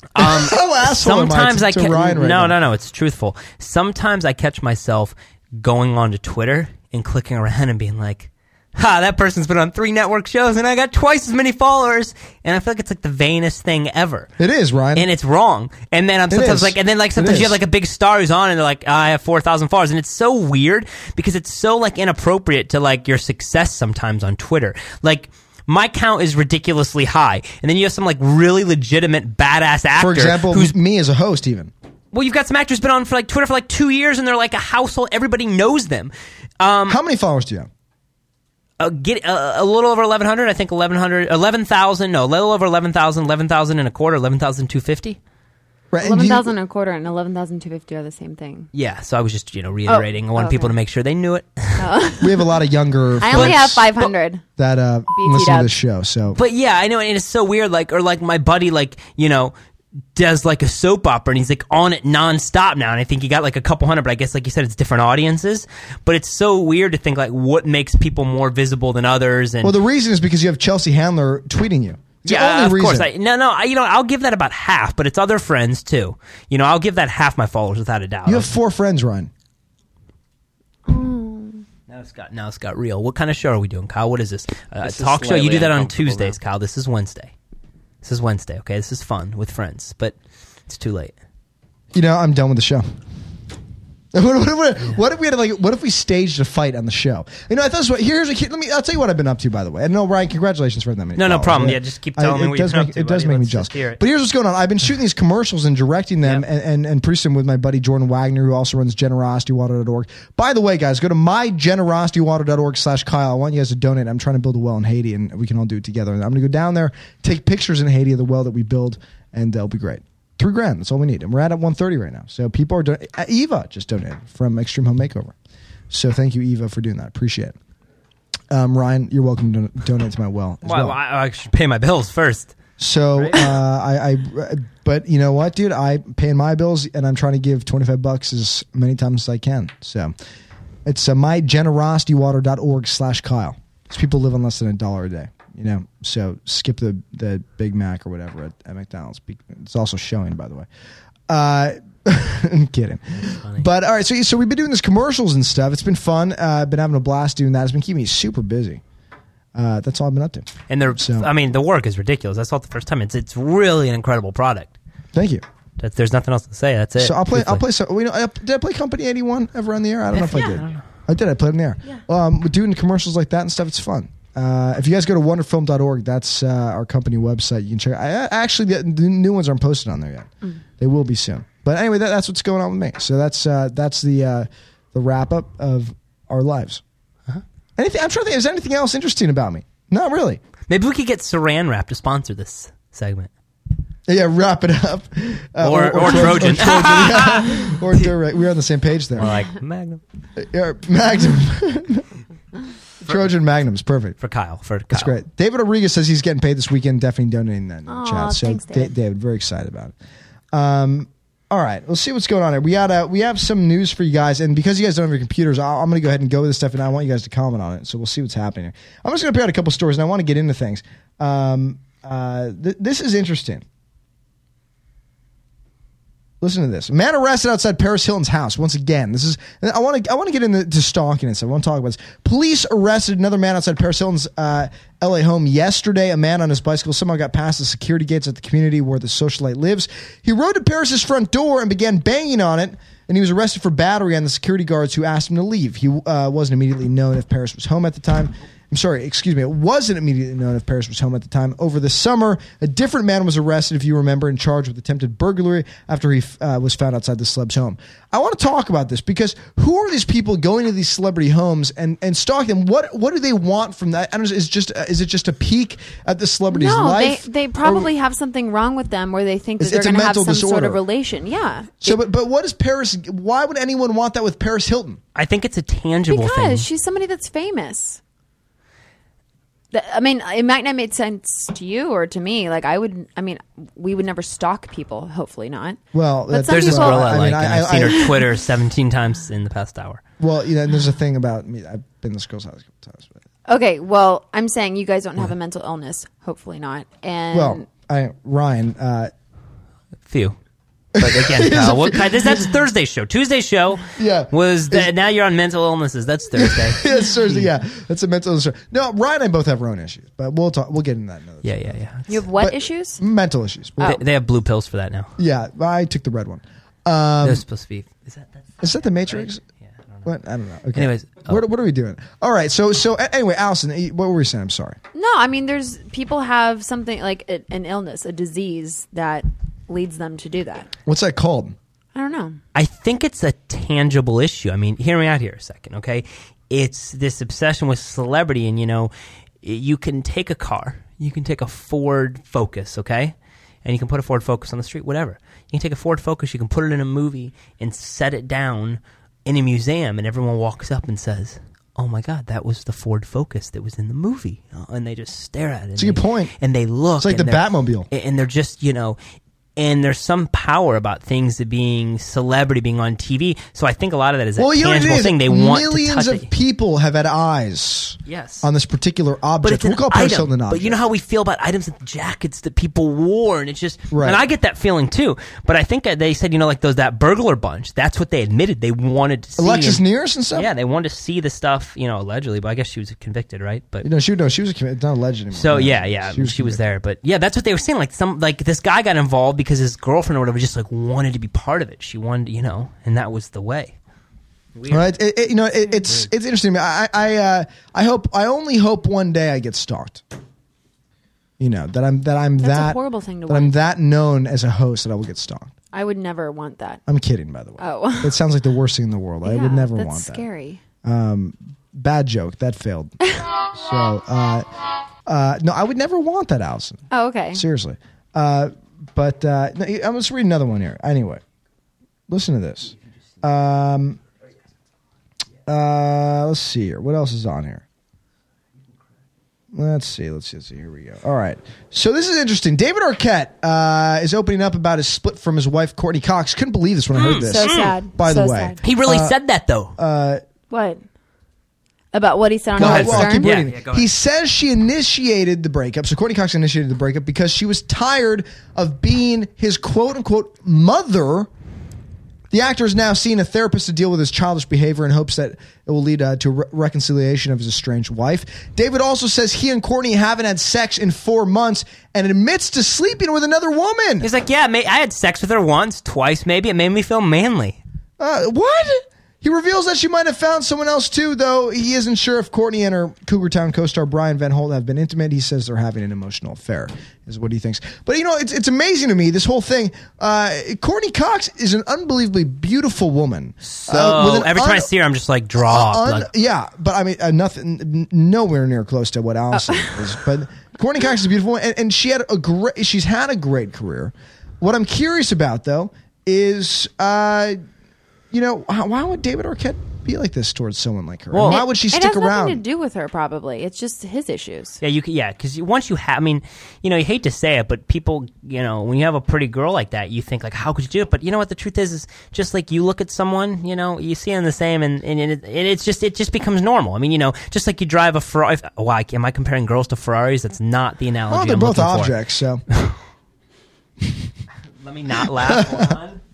[SPEAKER 3] Um,
[SPEAKER 2] Oh, asshole! am
[SPEAKER 3] sometimes
[SPEAKER 2] I,
[SPEAKER 3] I
[SPEAKER 2] to,
[SPEAKER 3] ca-
[SPEAKER 2] to Ryan right
[SPEAKER 3] no,
[SPEAKER 2] now.
[SPEAKER 3] no, no. It's truthful. Sometimes I catch myself going onto Twitter and clicking around and being like, "Ha! That person's been on three network shows and I got twice as many followers." And I feel like it's like the vainest thing ever.
[SPEAKER 2] It is Ryan.
[SPEAKER 3] And it's wrong. And then I'm sometimes
[SPEAKER 2] is.
[SPEAKER 3] like, and then like
[SPEAKER 2] It
[SPEAKER 3] sometimes you
[SPEAKER 2] is.
[SPEAKER 3] have like a big star who's on, and they're like, "Ah, I have four thousand followers, and it's so weird because it's so like inappropriate to like your success sometimes on Twitter, like. My count is ridiculously high, and then you have some like really legitimate badass actor
[SPEAKER 2] For example,
[SPEAKER 3] who's
[SPEAKER 2] me as a host, even.
[SPEAKER 3] well. You've got some actors been on for like Twitter for like two years, and they're like a household. Everybody knows them.
[SPEAKER 2] How many followers do you have?
[SPEAKER 3] Uh, get uh, a little over eleven hundred, I think 1,100, 11,000, No, a little over 11,000, 11,000 and a quarter, eleven thousand two fifty.
[SPEAKER 2] Right, and do
[SPEAKER 4] Eleven
[SPEAKER 2] you-
[SPEAKER 4] thousand and a quarter and eleven thousand two fifty are the same thing.
[SPEAKER 3] Yeah, so I was just you know reiterating. I wanted
[SPEAKER 4] oh,
[SPEAKER 3] people
[SPEAKER 4] okay.
[SPEAKER 3] to make sure they knew it.
[SPEAKER 2] We have a lot of younger.
[SPEAKER 4] I only
[SPEAKER 2] folks
[SPEAKER 4] have five hundred.
[SPEAKER 2] that uh,
[SPEAKER 4] BT
[SPEAKER 2] listen to
[SPEAKER 4] dubs.
[SPEAKER 2] this show. So,
[SPEAKER 3] But yeah, I know, and it's so weird. Like, or like my buddy, like you know, does like a soap opera, and he's like on it nonstop now. And I think he got like a couple hundred, but I guess like you said, it's different audiences. But it's so weird to think like what makes people more visible than others. And
[SPEAKER 2] well, the reason is because you have Chelsea Handler tweeting you. It's the
[SPEAKER 3] yeah,
[SPEAKER 2] only
[SPEAKER 3] of
[SPEAKER 2] reason.
[SPEAKER 3] course. I, no, no, I, you know, I'll give that about half, but it's other friends too. You know, I'll give that half my followers without a doubt.
[SPEAKER 2] you have four friends, Ryan.
[SPEAKER 3] Now it's got now it's got real. What kind of show are we doing, Kyle? What is this? Uh,
[SPEAKER 6] This is
[SPEAKER 3] talk show. You do
[SPEAKER 6] slightly
[SPEAKER 3] that on
[SPEAKER 6] uncomfortable
[SPEAKER 3] Tuesdays,
[SPEAKER 6] now.
[SPEAKER 3] Kyle. This is Wednesday. This is Wednesday. Okay, this is fun with friends, but it's too late.
[SPEAKER 2] You know, I'm done with the show. What, what- what- what if we had like? What if we staged a fight on the show? You know, I thought this was, here's a kid. Let me. I'll tell you what I've been up to, by the way. And no, Ryan, congratulations for that. many
[SPEAKER 3] No, no
[SPEAKER 2] followers.
[SPEAKER 3] problem. Yeah, just keep telling me
[SPEAKER 2] it
[SPEAKER 3] what
[SPEAKER 2] does
[SPEAKER 3] you've been
[SPEAKER 2] make-
[SPEAKER 3] up to,
[SPEAKER 2] It does
[SPEAKER 3] buddy.
[SPEAKER 2] make me
[SPEAKER 3] Let's
[SPEAKER 2] jealous.
[SPEAKER 3] just hear it.
[SPEAKER 2] But here's what's going on. I've been shooting these commercials and directing them,
[SPEAKER 3] Yep.
[SPEAKER 2] and, and and producing them with my buddy Jordan Wagner, who also runs GenerosityWater.org. By the way, guys, go to mygenerositywater.org/slash Kyle. I want you guys to donate. I'm trying to build a well in Haiti, and we can all do it together. And I'm going to go down there, take pictures in Haiti of the well that we build, and that'll be great. Three grand. That's all we need. And we're at 130 right now. So people are don- uh, Eva just donated from Extreme Home Makeover. So thank you, Eva, for doing that. Appreciate it. Um, Ryan, you're welcome to don- donate to my well. As
[SPEAKER 3] Well,
[SPEAKER 2] well.
[SPEAKER 3] I, I should pay my bills first.
[SPEAKER 2] So uh, I, I, but you know what, dude? I paying my bills, and I'm trying to give 25 bucks as many times as I can. So it's uh, mygenerositywater.org slash Kyle. Because people live on less than a dollar a day, you know. So skip the the Big Mac or whatever at, at McDonald's. Be- It's also showing, by the way. Uh, I'm kidding. But all right, so so we've been doing these commercials and stuff. It's been fun. Uh, I've been having a blast doing that. It's been keeping me super busy. Uh, that's all I've been up to.
[SPEAKER 3] And they're,
[SPEAKER 2] So-
[SPEAKER 3] I mean, the work is ridiculous. I saw it the first time. It's it's really an incredible product.
[SPEAKER 2] Thank you.
[SPEAKER 3] That, there's nothing else to say. That's it.
[SPEAKER 2] So I'll play. I'll play.
[SPEAKER 3] truthfully.
[SPEAKER 2] So you know, I, did I play Company Eighty One ever on the air? I don't know if I
[SPEAKER 4] Yeah.
[SPEAKER 2] did.
[SPEAKER 4] I don't
[SPEAKER 2] I did. I played on the air.
[SPEAKER 4] Yeah.
[SPEAKER 2] Um, doing commercials like that and stuff. It's fun. Uh, if you guys go to wonderfilm.org, that's uh, our company website. You can check. I, I- actually, the, the new ones aren't posted on there yet.
[SPEAKER 4] Mm.
[SPEAKER 2] They will be soon. But anyway, that, that's what's going on with me. So that's uh, that's the uh, the wrap up of our lives.
[SPEAKER 3] Uh-huh.
[SPEAKER 2] Anything? I'm trying to think. Is there anything else interesting about me? Not really.
[SPEAKER 3] Maybe we could get Saran Wrap to sponsor this segment.
[SPEAKER 2] Yeah, wrap it up. Uh,
[SPEAKER 3] Or- or Trojan.
[SPEAKER 2] yeah. or direct. We're on the same page there.
[SPEAKER 3] Or like Magnum
[SPEAKER 2] Yeah, Magnum. Trojan Magnum's perfect.
[SPEAKER 3] for Kyle. For Kyle.
[SPEAKER 2] That's great. David Rodriguez says he's getting paid this weekend. Definitely donating that in the
[SPEAKER 4] Aw,
[SPEAKER 2] chat. So,
[SPEAKER 4] thanks, Dave.
[SPEAKER 2] Da- David, very excited about it. Um, all right, let's see what's going on here. We had uh, we have some news for you guys, and because you guys don't have your computers, i I'm going to go ahead and go with this stuff, and I want you guys to comment on it. So we'll see what's happening here. I'm just going to pick out a couple stories, and I want to get into things. Um, uh, th- this is interesting. Listen to this. Man arrested outside Paris Hilton's house once again. This is I want to I want to get into to stalking and stuff. I want to talk about this. Police arrested another man outside Paris Hilton's uh, L.A. home yesterday. A man on his bicycle somehow got past the security gates at the community where the socialite lives. He rode to Paris's front door and began banging on it. And he was arrested for battery on the security guards who asked him to leave. He uh, wasn't immediately known if Paris was home at the time. I'm sorry, excuse me. It wasn't immediately known if Paris was home at the time. Over the summer, a different man was arrested, if you remember, and charged with attempted burglary after he uh, was found outside the celeb's home. I want to talk about this because who are these people going to these celebrity homes and, and stalking them? What what do they want from that? I don't know, is just uh, is it just a peek at the celebrity's
[SPEAKER 4] no,
[SPEAKER 2] life?
[SPEAKER 4] they they
[SPEAKER 2] Or-
[SPEAKER 4] probably have something wrong with them where they think that
[SPEAKER 2] It's-
[SPEAKER 4] they're
[SPEAKER 2] it's a
[SPEAKER 4] going to have
[SPEAKER 2] mental
[SPEAKER 4] some sort
[SPEAKER 2] disorder.
[SPEAKER 4] of relation. Yeah,
[SPEAKER 2] so, but but what is Paris? Why would anyone want that with Paris Hilton?
[SPEAKER 3] I think it's a tangible
[SPEAKER 4] because
[SPEAKER 3] thing.
[SPEAKER 4] she's somebody that's famous. Th- I mean, it might not make sense to you or to me. Like I would, I mean, we would never stalk people. Hopefully not.
[SPEAKER 2] Well, that's-
[SPEAKER 4] But some
[SPEAKER 3] There's this
[SPEAKER 4] people-
[SPEAKER 3] girl I,
[SPEAKER 2] I
[SPEAKER 3] like,
[SPEAKER 2] mean,
[SPEAKER 3] and
[SPEAKER 2] I-
[SPEAKER 3] I've seen
[SPEAKER 2] I-
[SPEAKER 3] her Twitter 17 times in the past hour.
[SPEAKER 2] Well, you know, and there's a thing about me. I've been to this girl's house a couple times. But,
[SPEAKER 4] Okay, well, I'm saying you guys don't have a mental illness. Hopefully not. And
[SPEAKER 2] well, I Ryan. Uh,
[SPEAKER 3] Few. But again, Kyle, what kind, this, that's Thursday's show. Tuesday's show
[SPEAKER 2] Yeah.
[SPEAKER 3] was that now you're on mental illnesses. That's Thursday.
[SPEAKER 2] yes, sir. Yeah, that's a mental illness. No, Ryan and I both have our own issues, but we'll talk. We'll get into that. Another
[SPEAKER 3] yeah, yeah, yeah.
[SPEAKER 4] you have what
[SPEAKER 2] but-
[SPEAKER 4] issues? Oh.
[SPEAKER 2] Mental issues. We'll-
[SPEAKER 3] They, they have blue pills for that now.
[SPEAKER 2] Yeah, I took the red one. Um,
[SPEAKER 3] They're supposed to be. Is that that's
[SPEAKER 2] is that the Matrix?
[SPEAKER 3] Yeah, I don't know.
[SPEAKER 2] What? I don't know. Okay.
[SPEAKER 3] Anyways, oh.
[SPEAKER 2] what, what are we doing? All right. So so a- anyway, Allison, eh, what were we saying? I'm sorry.
[SPEAKER 4] No, I mean, there's people have something like a, an illness, a disease that leads them to do that.
[SPEAKER 2] What's that called?
[SPEAKER 4] I don't know.
[SPEAKER 3] I think it's a tangible issue. I mean, hear me out here a second, okay? It's this obsession with celebrity, and you know, you can take a car, you can take a Ford Focus, okay? And you can put a Ford Focus on the street, whatever. You can take a Ford Focus, you can put it in a movie and set it down in a museum, and everyone walks up and says, Oh my God, that was the Ford Focus that was in the movie. Uh, And they just stare at it. It's
[SPEAKER 2] a good point.
[SPEAKER 3] And they look.
[SPEAKER 2] It's like
[SPEAKER 3] and
[SPEAKER 2] the
[SPEAKER 3] they're-
[SPEAKER 2] Batmobile.
[SPEAKER 3] a- and they're just you know and there's some power about things that being celebrity being on TV. So I think a lot of that is a
[SPEAKER 2] Well, you know what it
[SPEAKER 3] tangible
[SPEAKER 2] is.
[SPEAKER 3] thing they want to
[SPEAKER 2] Millions
[SPEAKER 3] touch
[SPEAKER 2] of
[SPEAKER 3] it.
[SPEAKER 2] people have had eyes.
[SPEAKER 3] Yes.
[SPEAKER 2] On this particular object,
[SPEAKER 3] But it's
[SPEAKER 2] we'll
[SPEAKER 3] an
[SPEAKER 2] call Paris
[SPEAKER 3] item.
[SPEAKER 2] Hilton an object.
[SPEAKER 3] But you know how we feel about items and jackets that people wore, and it's just
[SPEAKER 2] Right.
[SPEAKER 3] and I get that feeling too. But I think that they said you know like those that burglar bunch. That's what they admitted they wanted to see.
[SPEAKER 2] Alexis
[SPEAKER 3] and-
[SPEAKER 2] Nears and stuff.
[SPEAKER 3] yeah, they wanted to see the stuff you know allegedly, but I guess she was convicted, right? But
[SPEAKER 2] You know, she no, she was a commi- not a legend anymore.
[SPEAKER 3] So yeah, yeah, she was, there, but yeah, that's what they were saying. Like some, like this guy got involved because his girlfriend or whatever just like wanted to be part of it. She wanted, you know, and that was the way.
[SPEAKER 2] Right? It, it- you know, it, it's it's interesting. I I uh, I hope I only hope one day I get stalked. You know that I'm that I'm
[SPEAKER 4] That's a
[SPEAKER 2] that
[SPEAKER 4] horrible thing to
[SPEAKER 2] that I'm
[SPEAKER 4] want.
[SPEAKER 2] that known as a host that I will get stalked.
[SPEAKER 4] I would never want that.
[SPEAKER 2] I'm kidding, by the way.
[SPEAKER 4] Oh.
[SPEAKER 2] that sounds like the worst thing in the world. I
[SPEAKER 4] Yeah,
[SPEAKER 2] would never
[SPEAKER 4] that's
[SPEAKER 2] want
[SPEAKER 4] scary.
[SPEAKER 2] that. Bad joke that failed. so uh, uh, no, I would never want that, Allison.
[SPEAKER 4] Oh, okay.
[SPEAKER 2] Seriously. Uh, but uh, no, I'm just reading another one here. Anyway, listen to this. Um, uh, let's see here. What else is on here? Let's see. Let's see. Let's see. Here we go. All right. So this is interesting. David Arquette uh, is opening up about his split from his wife Courtney Cox. Couldn't believe this when I heard this.
[SPEAKER 4] Hmm. So sad.
[SPEAKER 2] By the
[SPEAKER 4] So
[SPEAKER 2] way,
[SPEAKER 4] sad.
[SPEAKER 3] He really said that though.
[SPEAKER 4] What about what he said on
[SPEAKER 2] Go
[SPEAKER 4] Howard
[SPEAKER 2] ahead. Well, I'll
[SPEAKER 4] Stern?
[SPEAKER 2] keep
[SPEAKER 3] Yeah,
[SPEAKER 2] reading.
[SPEAKER 3] yeah, go
[SPEAKER 2] he
[SPEAKER 3] ahead.
[SPEAKER 2] says she initiated the breakup. So Courtney Cox initiated the breakup because she was tired of being his quote unquote mother The actor is now seeing a therapist to deal with his childish behavior in hopes that it will lead uh, to re- reconciliation of his estranged wife. David also says he and Courtney haven't had sex in four months and admits to sleeping with another woman.
[SPEAKER 3] He's like, yeah, ma- I had sex with her once, twice, maybe. It made me feel manly.
[SPEAKER 2] Uh, what? He reveals that she might have found someone else too, though he isn't sure if Courtney and her Cougar Town co-star Brian Van Holt have been intimate. He says they're having an emotional affair, is what he thinks. But you know, it's it's amazing to me this whole thing. Uh, Courtney Cox is an unbelievably beautiful woman. Uh,
[SPEAKER 3] So Oh, every time I see her, I'm just like, draw.
[SPEAKER 2] Un-
[SPEAKER 3] like,
[SPEAKER 2] yeah, but I mean, uh, nothing, n- nowhere near close to what Allison
[SPEAKER 3] Uh.
[SPEAKER 2] is. But Courtney Cox is beautiful, and, and she had a great. She's had a great career. What I'm curious about, though, is uh, you know why, why would David Arquette be like this towards someone like her? And
[SPEAKER 3] Well-
[SPEAKER 2] why would she
[SPEAKER 4] it
[SPEAKER 2] stick
[SPEAKER 4] has nothing to
[SPEAKER 2] around?
[SPEAKER 4] do with her, probably. It's just his issues.
[SPEAKER 3] yeah, you can, yeah, because once you have, I mean, you know, you hate to say it, but people, you know, when you have a pretty girl like that, you think like, how could you do it? But you know what? The truth is, is just like you look at someone, you know, you see them the same, and and, it, and it's just it just becomes normal. I mean, you know, just like you drive a Ferrari. Why am I comparing girls to Ferraris? That's not the analogy.
[SPEAKER 2] Well, Oh, they're
[SPEAKER 3] I'm
[SPEAKER 2] both
[SPEAKER 3] looking for.
[SPEAKER 2] objects, so
[SPEAKER 3] Let me not laugh. Hold on.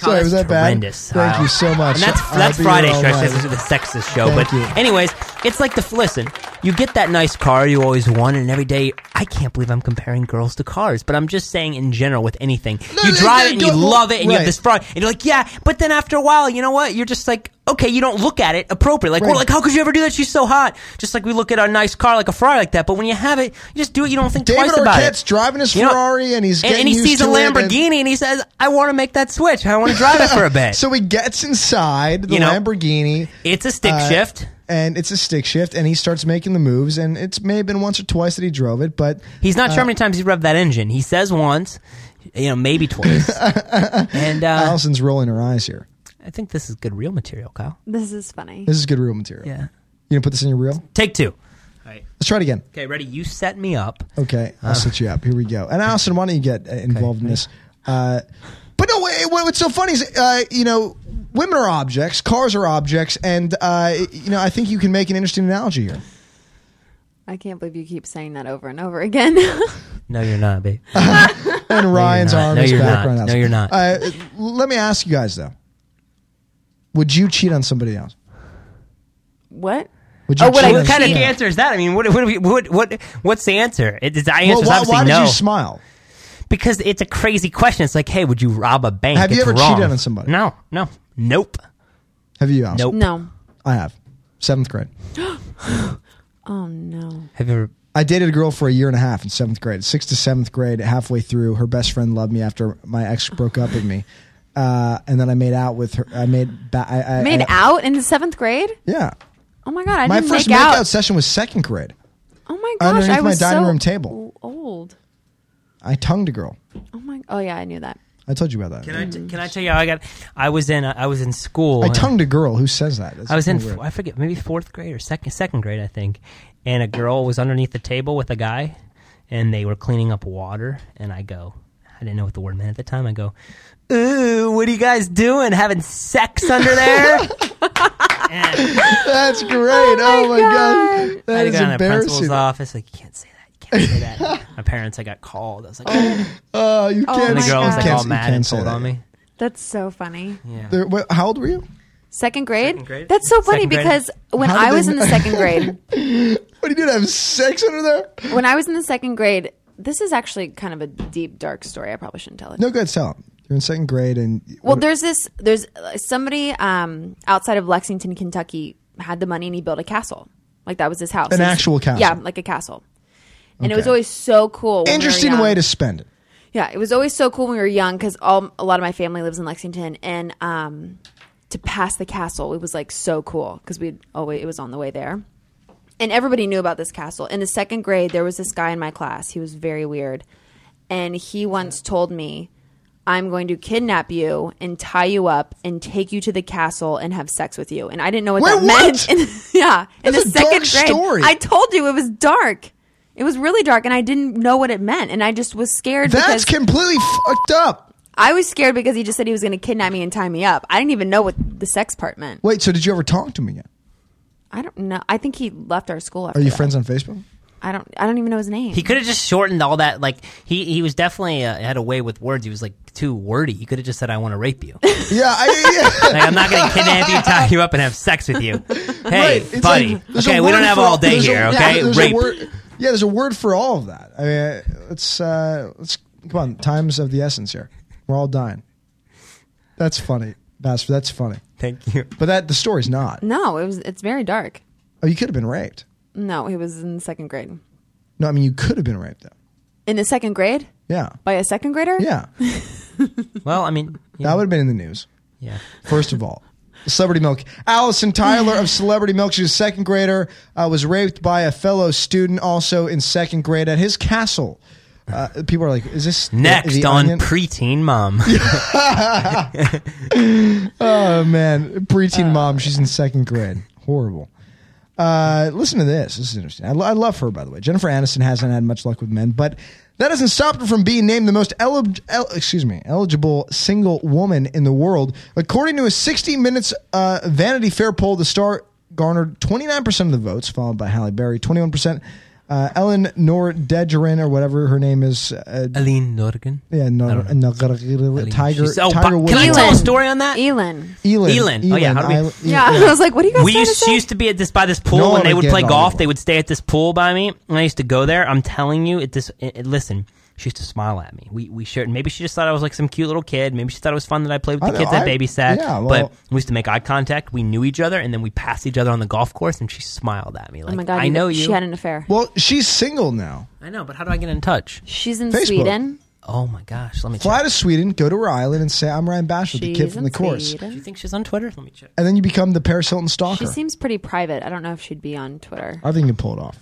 [SPEAKER 2] sorry,
[SPEAKER 3] that's
[SPEAKER 2] was that
[SPEAKER 3] horrendous.
[SPEAKER 2] bad? Thank
[SPEAKER 3] Wow.
[SPEAKER 2] you so much.
[SPEAKER 3] And that's
[SPEAKER 2] I'll
[SPEAKER 3] that's
[SPEAKER 2] be
[SPEAKER 3] Friday
[SPEAKER 2] here all
[SPEAKER 3] show. I
[SPEAKER 2] night.
[SPEAKER 3] said This is the sexist show.
[SPEAKER 2] Thank
[SPEAKER 3] but
[SPEAKER 2] you.
[SPEAKER 3] anyways, it's like the listen. You get that nice car you always wanted, and every day I can't believe I'm comparing girls to cars. But I'm just saying in general with anything, you
[SPEAKER 2] they-
[SPEAKER 3] drive
[SPEAKER 2] they
[SPEAKER 3] it and
[SPEAKER 2] do
[SPEAKER 3] you
[SPEAKER 2] it-
[SPEAKER 3] love it, and you
[SPEAKER 2] right.
[SPEAKER 3] have this Ferrari, and you're like, yeah. But then after a while, you know what? You're just like, okay, you don't look at it appropriate. Like,
[SPEAKER 2] Right.
[SPEAKER 3] well, like how could you ever do that? She's so hot. Just like we look at our nice car like a Ferrari like that. But when you have it, you just do it. You don't think
[SPEAKER 2] David
[SPEAKER 3] twice about it.
[SPEAKER 2] Arquette's driving his
[SPEAKER 3] You know,
[SPEAKER 2] Ferrari, and he's
[SPEAKER 3] and,
[SPEAKER 2] getting
[SPEAKER 3] and he
[SPEAKER 2] used
[SPEAKER 3] sees a
[SPEAKER 2] to it, and-
[SPEAKER 3] Lamborghini, and, he says, "I want to make that switch. I want to drive it for a bit."
[SPEAKER 2] So he gets inside the
[SPEAKER 3] You know,
[SPEAKER 2] Lamborghini.
[SPEAKER 3] it's a stick
[SPEAKER 2] uh,
[SPEAKER 3] shift.
[SPEAKER 2] and it's a stick shift, and he starts making the moves. And it's may have been once or twice that he drove it, but
[SPEAKER 3] He's not sure how many times he revved that engine. He says once, you know, maybe twice. and uh,
[SPEAKER 2] Allison's rolling her eyes here.
[SPEAKER 3] I think this is good real material, Kyle.
[SPEAKER 4] This is funny.
[SPEAKER 2] This is good reel material.
[SPEAKER 3] Yeah.
[SPEAKER 2] You gonna put this in your reel?
[SPEAKER 3] Take two.
[SPEAKER 2] Let's try it again.
[SPEAKER 3] Okay, ready? You set me up.
[SPEAKER 2] Okay,
[SPEAKER 3] Uh.
[SPEAKER 2] I'll set you up. Here we go. And Allison, why don't you get uh, involved in this? Uh, but no, wait, what- what's so funny is, uh, you know, women are objects, cars are objects, and uh, you know, I think you can make an interesting analogy here.
[SPEAKER 4] I can't believe you keep saying that over and over again.
[SPEAKER 3] No, you're not, babe.
[SPEAKER 2] And Ryan's
[SPEAKER 3] not.
[SPEAKER 2] arm
[SPEAKER 3] No,
[SPEAKER 2] is
[SPEAKER 3] you're
[SPEAKER 2] back
[SPEAKER 3] not.
[SPEAKER 2] right now.
[SPEAKER 3] No, you're not.
[SPEAKER 2] Uh, let me ask you guys though: Would you cheat on somebody else?
[SPEAKER 4] what?
[SPEAKER 2] Would you
[SPEAKER 4] Oh, would I
[SPEAKER 2] cheat on
[SPEAKER 3] what kind of
[SPEAKER 2] somebody else?
[SPEAKER 3] answer is that? I mean, what, what, do we- what, what, what's the answer? It, the answer
[SPEAKER 2] Well,
[SPEAKER 3] is
[SPEAKER 2] why,
[SPEAKER 3] obviously
[SPEAKER 2] why did
[SPEAKER 3] no.
[SPEAKER 2] you smile?
[SPEAKER 3] because it's a crazy question. It's like, hey, would you rob a bank?
[SPEAKER 2] Have you
[SPEAKER 3] It's
[SPEAKER 2] ever
[SPEAKER 3] wrong.
[SPEAKER 2] cheated on somebody?
[SPEAKER 3] No, no, nope.
[SPEAKER 2] Have you? Allison?
[SPEAKER 3] Nope.
[SPEAKER 4] No.
[SPEAKER 2] I have. Seventh grade.
[SPEAKER 4] Oh no.
[SPEAKER 3] Have you ever?
[SPEAKER 2] I dated a girl for a year and a half in seventh grade. Sixth to seventh grade, halfway through, her best friend loved me after my ex broke up with me. Uh, and then I made out with her. I made. Ba- I, I,
[SPEAKER 4] Made
[SPEAKER 2] I-
[SPEAKER 4] out in the seventh grade?
[SPEAKER 2] Yeah.
[SPEAKER 4] Oh my god! I
[SPEAKER 2] Uh, My
[SPEAKER 4] didn't
[SPEAKER 2] first
[SPEAKER 4] make
[SPEAKER 2] makeout
[SPEAKER 4] out.
[SPEAKER 2] session was second grade.
[SPEAKER 4] Oh my gosh!
[SPEAKER 2] underneath
[SPEAKER 4] I
[SPEAKER 2] my
[SPEAKER 4] was
[SPEAKER 2] dining
[SPEAKER 4] so
[SPEAKER 2] room table.
[SPEAKER 4] Old.
[SPEAKER 2] I tongued a girl.
[SPEAKER 4] Oh my. Oh yeah, I knew that.
[SPEAKER 2] I told you about that.
[SPEAKER 3] Can I, t- can I tell you how I got? I was in. uh, I was in school.
[SPEAKER 2] I
[SPEAKER 3] and-
[SPEAKER 2] tongued a girl. Who says that? That's
[SPEAKER 3] I was in,
[SPEAKER 2] kinda
[SPEAKER 3] f-
[SPEAKER 2] weird.
[SPEAKER 3] I forget, maybe fourth grade or second second grade, I think. And a girl was underneath the table with a guy, and they were cleaning up water. And I go, I didn't know what the word meant at the time. I go, ooh, what are you guys doing? Having sex under there? and
[SPEAKER 2] That's great. Oh, my god.
[SPEAKER 3] I
[SPEAKER 2] That
[SPEAKER 3] had to
[SPEAKER 2] is
[SPEAKER 3] go in the principal's
[SPEAKER 2] embarrassing.
[SPEAKER 3] office. Like, you can't say that. You can't say that. My parents, I got called. I was like, and
[SPEAKER 2] Oh, you can't.
[SPEAKER 3] the
[SPEAKER 4] my
[SPEAKER 3] girl
[SPEAKER 4] God.
[SPEAKER 3] was
[SPEAKER 2] you
[SPEAKER 3] like
[SPEAKER 2] can't-
[SPEAKER 3] all
[SPEAKER 2] you
[SPEAKER 3] mad
[SPEAKER 2] can't
[SPEAKER 3] and
[SPEAKER 2] say
[SPEAKER 3] told
[SPEAKER 2] that.
[SPEAKER 3] on me.
[SPEAKER 4] That's so funny.
[SPEAKER 3] Yeah.
[SPEAKER 2] There- wait, how old were you?
[SPEAKER 4] Second grade?
[SPEAKER 3] Second grade?
[SPEAKER 4] That's so funny
[SPEAKER 3] Second grade.
[SPEAKER 4] because when
[SPEAKER 2] How did
[SPEAKER 4] I was
[SPEAKER 2] they
[SPEAKER 4] in the
[SPEAKER 2] kn-
[SPEAKER 4] second grade,
[SPEAKER 2] What do you do? Have sex under there?
[SPEAKER 4] when I was in the second grade, this is actually kind of a deep, dark story. I probably shouldn't tell it.
[SPEAKER 2] No, good. Tell him. You're in second grade, and
[SPEAKER 4] Well, there's this. There's uh, somebody um, outside of Lexington, Kentucky, had the money and he built a castle. Like that was his house.
[SPEAKER 2] An
[SPEAKER 4] It was-
[SPEAKER 2] actual castle.
[SPEAKER 4] Yeah, like a castle. And it was
[SPEAKER 2] Okay.
[SPEAKER 4] always so cool. when we were
[SPEAKER 2] interesting
[SPEAKER 4] young.
[SPEAKER 2] way to spend it.
[SPEAKER 4] Yeah, it was always so cool when we were young because all a lot of my family lives in Lexington, and um, to pass the castle, it was like so cool because we always it was on the way there, and everybody knew about this castle. In the second grade, there was this guy in my class. He was very weird, and he once told me, "I'm going to kidnap you and tie you up and take you to the castle and have sex with you." And I didn't know what
[SPEAKER 2] Wait,
[SPEAKER 4] that
[SPEAKER 2] what?
[SPEAKER 4] meant. And- yeah, in
[SPEAKER 2] That's
[SPEAKER 4] the
[SPEAKER 2] a dark
[SPEAKER 4] second grade,
[SPEAKER 2] story.
[SPEAKER 4] I told you it was dark. It was really dark, and I didn't know what it meant, and I just was scared.
[SPEAKER 2] That's
[SPEAKER 4] because
[SPEAKER 2] completely fucked up.
[SPEAKER 4] I was scared because he just said he was going to kidnap me and tie me up. I didn't even know what the sex part meant.
[SPEAKER 2] Wait, so did you ever talk to him again?
[SPEAKER 4] I don't know. I think he left our school after.
[SPEAKER 2] Are you
[SPEAKER 4] that.
[SPEAKER 2] friends on Facebook?
[SPEAKER 4] I don't. I don't even know his name.
[SPEAKER 3] He could have just shortened all that. Like he he was definitely uh, had a way with words. He was like too wordy. He could have just said, "I want to rape you." like
[SPEAKER 2] Yeah, I, yeah.
[SPEAKER 3] I'm not going to kidnap you, tie you up, and have sex with you. Hey,
[SPEAKER 2] Right, it's
[SPEAKER 3] buddy.
[SPEAKER 2] like, there's a
[SPEAKER 3] okay, we don't
[SPEAKER 2] word
[SPEAKER 3] have
[SPEAKER 2] for-
[SPEAKER 3] all day
[SPEAKER 2] there's a-
[SPEAKER 3] here.
[SPEAKER 2] yeah,
[SPEAKER 3] okay,
[SPEAKER 2] there's a
[SPEAKER 3] rape.
[SPEAKER 2] word- yeah, there's a word for all of that. I mean, let's uh, let's come on. Times of the essence here. We're all dying. That's funny, Bastard. That's funny.
[SPEAKER 3] Thank you.
[SPEAKER 2] But that the story's not.
[SPEAKER 4] no, it was. It's very dark.
[SPEAKER 2] Oh, you could have been raped.
[SPEAKER 4] No, he was in second grade.
[SPEAKER 2] No, I mean you could have been raped though.
[SPEAKER 4] In the second grade
[SPEAKER 2] Yeah,
[SPEAKER 4] by a second grader.
[SPEAKER 2] yeah.
[SPEAKER 3] Well, I mean, yeah,
[SPEAKER 2] That would have been in the news.
[SPEAKER 3] yeah.
[SPEAKER 2] First of all, Celebrity Milk. Allison Tyler of Celebrity Milk, she's a second grader, uh, was raped by a fellow student also in second grade at his castle. Uh, people are like, is this the-
[SPEAKER 3] Next
[SPEAKER 2] the
[SPEAKER 3] on
[SPEAKER 2] Onion?
[SPEAKER 3] preteen mom.
[SPEAKER 2] oh man,
[SPEAKER 3] Uh.
[SPEAKER 2] preteen mom, she's in second grade. Horrible. Uh, listen to this. This is interesting. I, lo- I love her, by the way. Jennifer Aniston hasn't had much luck with men, but that hasn't stopped her from being named the most eli- el- excuse me eligible single woman in the world, according to a 60 Minutes uh, Vanity Fair poll. The star garnered 29 percent of the votes, followed by Halle Berry, 21 percent. Uh, Ellen Nordegerin, or whatever her name is, uh,
[SPEAKER 3] Aline Norgan.
[SPEAKER 2] yeah, no, no, Tiger,
[SPEAKER 3] She's- oh,
[SPEAKER 2] Tiger
[SPEAKER 3] but-
[SPEAKER 2] Woods.
[SPEAKER 3] can I tell a
[SPEAKER 4] Elin.
[SPEAKER 3] story on that?
[SPEAKER 4] Elin.
[SPEAKER 2] Elin.
[SPEAKER 3] Elin. Oh, yeah, how do we-
[SPEAKER 2] Isle-
[SPEAKER 4] Yeah, I was like, what do you guys
[SPEAKER 3] we
[SPEAKER 4] trying to
[SPEAKER 3] used,
[SPEAKER 4] say?
[SPEAKER 3] she used to be at this by this
[SPEAKER 2] No
[SPEAKER 3] pool
[SPEAKER 2] one
[SPEAKER 3] and they
[SPEAKER 2] would
[SPEAKER 3] would
[SPEAKER 2] get
[SPEAKER 3] play
[SPEAKER 2] it on
[SPEAKER 3] golf.
[SPEAKER 2] Google.
[SPEAKER 3] They would stay at this pool by me, and I used to go there. I'm telling you, it this it, it- listen. She used to smile at me. We we shared. Maybe she just thought I was like some cute little kid. Maybe she thought it was fun that I played with
[SPEAKER 2] I
[SPEAKER 3] the
[SPEAKER 2] know,
[SPEAKER 3] kids I,
[SPEAKER 2] I-
[SPEAKER 3] babysat.
[SPEAKER 2] yeah, well-
[SPEAKER 3] but we used to make eye contact. We knew each other, and then we passed each other on the golf course, and she smiled at me like,
[SPEAKER 4] oh my god!
[SPEAKER 3] "I know you."
[SPEAKER 4] She had an affair.
[SPEAKER 2] Well, she's single now.
[SPEAKER 3] I know, but how do I get in touch?
[SPEAKER 4] She's in
[SPEAKER 2] Facebook.
[SPEAKER 4] Sweden.
[SPEAKER 3] Oh my gosh, let me
[SPEAKER 2] Fly
[SPEAKER 3] check.
[SPEAKER 2] to Sweden, go to her island, and say, "I'm Ryan Bashford, the
[SPEAKER 4] She's
[SPEAKER 2] kid from
[SPEAKER 4] in
[SPEAKER 2] the course,"
[SPEAKER 4] Sweden.
[SPEAKER 3] Do you think she's on Twitter? Let me check.
[SPEAKER 2] and then you become the Paris Hilton stalker.
[SPEAKER 4] She seems pretty private. I don't know if she'd be on Twitter.
[SPEAKER 2] I think you can pull it off.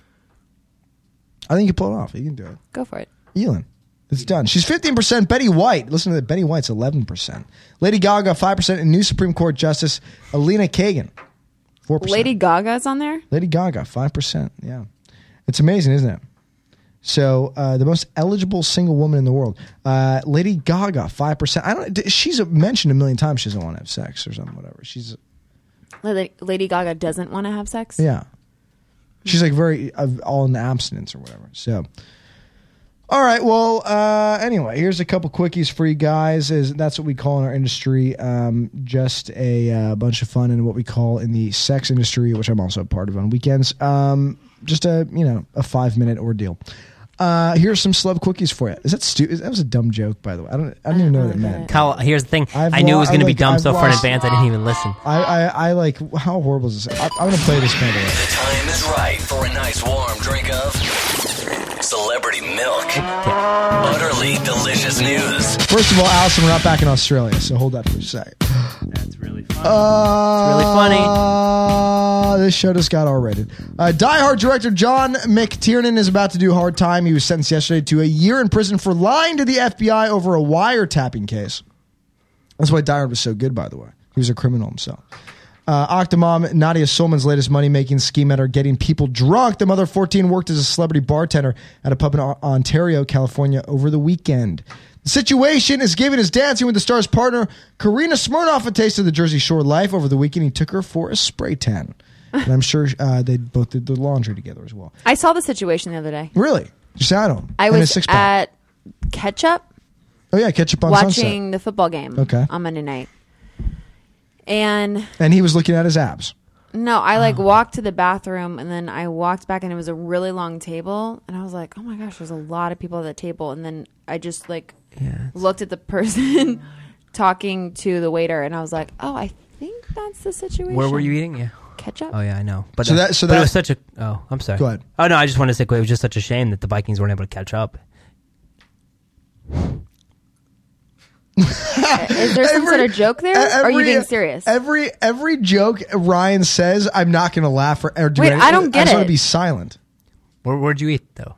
[SPEAKER 2] I think you pull it off. You can do it,
[SPEAKER 4] Go for it.
[SPEAKER 2] Elon. It's done. She's 15%. Betty White. Listen to that. Betty White's 11%. Lady Gaga, 5%. And new Supreme Court Justice Alina Kagan, 4%.
[SPEAKER 4] Lady Gaga's on there.
[SPEAKER 2] Lady Gaga, 5%. Yeah. It's amazing, isn't it? So, uh, the most eligible single woman in the world, uh, Lady Gaga, 5%. I don't, d- she's uh, mentioned a million times she doesn't want to have sex or something, whatever. She's,
[SPEAKER 4] Lady, Lady Gaga doesn't want to have sex.
[SPEAKER 2] yeah. She's like very uh, all in abstinence or whatever. So, all right. Well, uh, anyway, here's a couple quickies for you guys. Is that's what we call in our industry, um, just a uh, bunch of fun, and what we call in the sex industry, which I'm also a part of on weekends. Um, just a you know a five minute ordeal. Uh, here's some celeb quickies for you. Is that stupid? That was a dumb joke, by the way. I don't. I don't even know what it
[SPEAKER 4] really get
[SPEAKER 2] meant.
[SPEAKER 4] it.
[SPEAKER 3] Kyle, here's the thing.
[SPEAKER 2] I've
[SPEAKER 3] i knew it
[SPEAKER 2] lo-
[SPEAKER 3] was going to
[SPEAKER 2] I
[SPEAKER 3] be
[SPEAKER 2] like-
[SPEAKER 3] dumb,
[SPEAKER 2] I've
[SPEAKER 3] so far in
[SPEAKER 2] lost-
[SPEAKER 3] advance, I didn't even listen.
[SPEAKER 2] I, I I like how horrible is this? I, I'm gonna play this by the way.
[SPEAKER 1] The time is right for a nice warm drink of celebrity milk. Utterly delicious news.
[SPEAKER 2] First of all, Allison, we're not back in Australia, so hold that for a sec.
[SPEAKER 5] That's really fun.
[SPEAKER 2] Uh,
[SPEAKER 3] It's really
[SPEAKER 2] funny. This show just got R rated. Uh, Die Hard director John McTiernan is about to do hard time. He was sentenced yesterday to a year in prison for lying to the FBI over a wiretapping case. That's why Die Hard was so good, by the way. He was a criminal himself. Uh, Octomom, Nadia Solman's latest money making scheme at her getting people drunk. The mother of 14 worked as a celebrity bartender at a pub in O- Ontario, California over the weekend. The situation is giving his Dancing with the Stars partner, Karina Smirnoff, a taste of the Jersey Shore life over the weekend. He took her for a spray tan. And I'm sure uh, they both did the laundry together as well.
[SPEAKER 4] I saw the situation the other day.
[SPEAKER 2] Really? Just out on him.
[SPEAKER 4] I
[SPEAKER 2] And his
[SPEAKER 4] was
[SPEAKER 2] six-pack.
[SPEAKER 4] at Ketchup
[SPEAKER 2] Oh, yeah, catch up on
[SPEAKER 4] watching
[SPEAKER 2] Sunset.
[SPEAKER 4] the football game
[SPEAKER 2] Okay.
[SPEAKER 4] on Monday night. And
[SPEAKER 2] And he was looking at his abs.
[SPEAKER 4] no, I
[SPEAKER 2] Ah.
[SPEAKER 4] like walked to the bathroom and then I walked back and it was a really long table and I was like, "Oh my gosh, there's a lot of people at that table." And then I just like looked at the person talking to the waiter and I was like, "Oh, I think that's the situation."
[SPEAKER 3] Where were you eating? Yeah.
[SPEAKER 4] Ketchup?
[SPEAKER 3] Oh yeah, I know. But
[SPEAKER 2] So
[SPEAKER 3] uh,
[SPEAKER 2] that- so
[SPEAKER 3] but
[SPEAKER 2] that-
[SPEAKER 3] it was such a. Oh, I'm sorry.
[SPEAKER 2] Go ahead.
[SPEAKER 3] Oh no, I just wanted to say quick. It was just such a shame that the Vikings weren't able to catch up.
[SPEAKER 4] Is there some sort of joke there? or are you being serious?
[SPEAKER 2] E-, Every every joke Ryan says, I'm not going to laugh or, or do
[SPEAKER 4] Wait,
[SPEAKER 2] anything.
[SPEAKER 4] I don't
[SPEAKER 2] I
[SPEAKER 4] get
[SPEAKER 2] just want
[SPEAKER 4] it.
[SPEAKER 2] to be silent.
[SPEAKER 3] Where Where'd you eat though?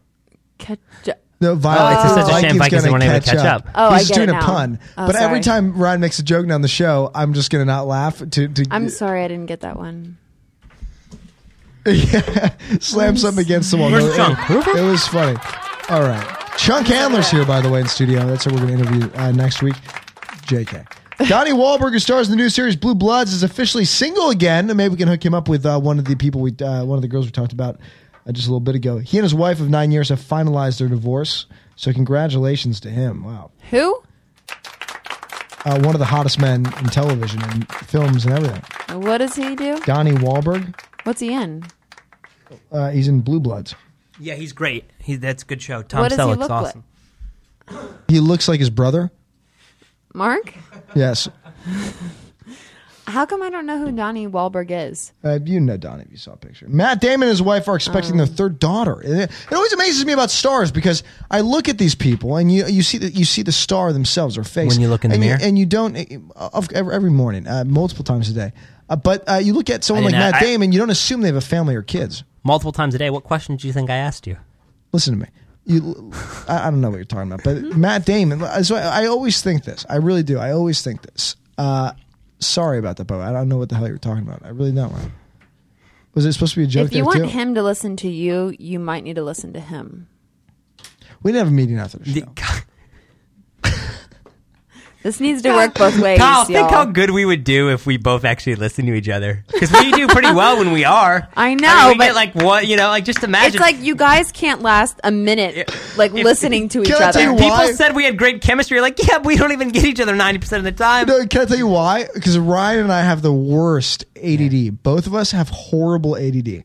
[SPEAKER 4] Ketchup.
[SPEAKER 2] The
[SPEAKER 3] Oh,
[SPEAKER 2] violence.
[SPEAKER 3] it's such a shame Vikings
[SPEAKER 2] gonna
[SPEAKER 3] weren't able to catch up.
[SPEAKER 4] Oh,
[SPEAKER 2] He's
[SPEAKER 4] I
[SPEAKER 2] just
[SPEAKER 4] get it
[SPEAKER 2] doing a
[SPEAKER 4] now.
[SPEAKER 2] pun.
[SPEAKER 4] Oh,
[SPEAKER 2] but every
[SPEAKER 4] sorry.
[SPEAKER 2] time Ryan makes a joke on the show, I'm just going to not laugh. To, to
[SPEAKER 4] I'm sorry I didn't get that one.
[SPEAKER 2] slam something against the wall.
[SPEAKER 3] Where's
[SPEAKER 2] It- it-
[SPEAKER 3] Chunk?
[SPEAKER 2] It, was funny. All right. Chunk Handler's here, by the way, in studio. That's who we're going to interview uh, next week. JK. Donnie Wahlberg, who stars in the new series Blue Bloods, is officially single again. And maybe we can hook him up with uh, one of the people we, uh, one of the girls we talked about uh, just a little bit ago. He and his wife of nine years have finalized their divorce. So congratulations to him. Wow.
[SPEAKER 4] Who?
[SPEAKER 2] Uh, one of the hottest men in television and films and everything.
[SPEAKER 4] What does he do?
[SPEAKER 2] Donnie Wahlberg.
[SPEAKER 4] What's he in?
[SPEAKER 2] Uh, he's in Blue Bloods.
[SPEAKER 3] Yeah, he's great. He, that's a good show. Tom
[SPEAKER 4] What does he
[SPEAKER 3] Selleck's
[SPEAKER 4] look
[SPEAKER 3] awesome.
[SPEAKER 2] He looks like his brother.
[SPEAKER 4] Mark?
[SPEAKER 2] Yes.
[SPEAKER 4] How come I don't know who Donnie Wahlberg is?
[SPEAKER 2] Uh, you know Donnie if you saw a picture. Matt Damon and his wife are expecting
[SPEAKER 4] Oh.
[SPEAKER 2] their third daughter. It, it always amazes me about stars because I look at these people and you you see the, you see the star themselves or face
[SPEAKER 3] When you look in the
[SPEAKER 2] and
[SPEAKER 3] mirror?
[SPEAKER 2] and you don't eh, of every, every morning uh, multiple times a day. Uh, but uh, you look at someone
[SPEAKER 3] I
[SPEAKER 2] like
[SPEAKER 3] didn't-
[SPEAKER 2] Matt
[SPEAKER 3] I-
[SPEAKER 2] Damon, you don't assume they have a family or kids.
[SPEAKER 3] Multiple times a day. What question do you think I asked you?
[SPEAKER 2] Listen to me. You, I, I don't know what you're talking about, but Matt Damon. uh, So I, I always think this. I really do. I always think this. Uh, sorry about that, but I don't know what the hell you're talking about. I really don't. Ryan. Was it supposed to be a joke?
[SPEAKER 4] If you
[SPEAKER 2] there
[SPEAKER 4] want
[SPEAKER 2] too?
[SPEAKER 4] him to listen to you, you might need to listen to him.
[SPEAKER 2] We didn't have a meeting after the show.
[SPEAKER 4] This needs to work both ways.
[SPEAKER 3] Kyle,
[SPEAKER 4] y'all.
[SPEAKER 3] think how good we would do if we both actually listened to each other. Because we do pretty well when we are.
[SPEAKER 4] I
[SPEAKER 3] mean,
[SPEAKER 4] know,
[SPEAKER 3] we
[SPEAKER 4] but-
[SPEAKER 3] get like what you know, like just imagine.
[SPEAKER 4] it's like you guys can't last a minute, like listening to each
[SPEAKER 2] Can I
[SPEAKER 4] other.
[SPEAKER 2] tell you
[SPEAKER 3] people
[SPEAKER 2] why-
[SPEAKER 3] said we had great chemistry. Like, yeah, we don't even get each other ninety percent of the time.
[SPEAKER 2] No, can I tell you why? Because Ryan and I have the worst ADD. Both of us have horrible ADD.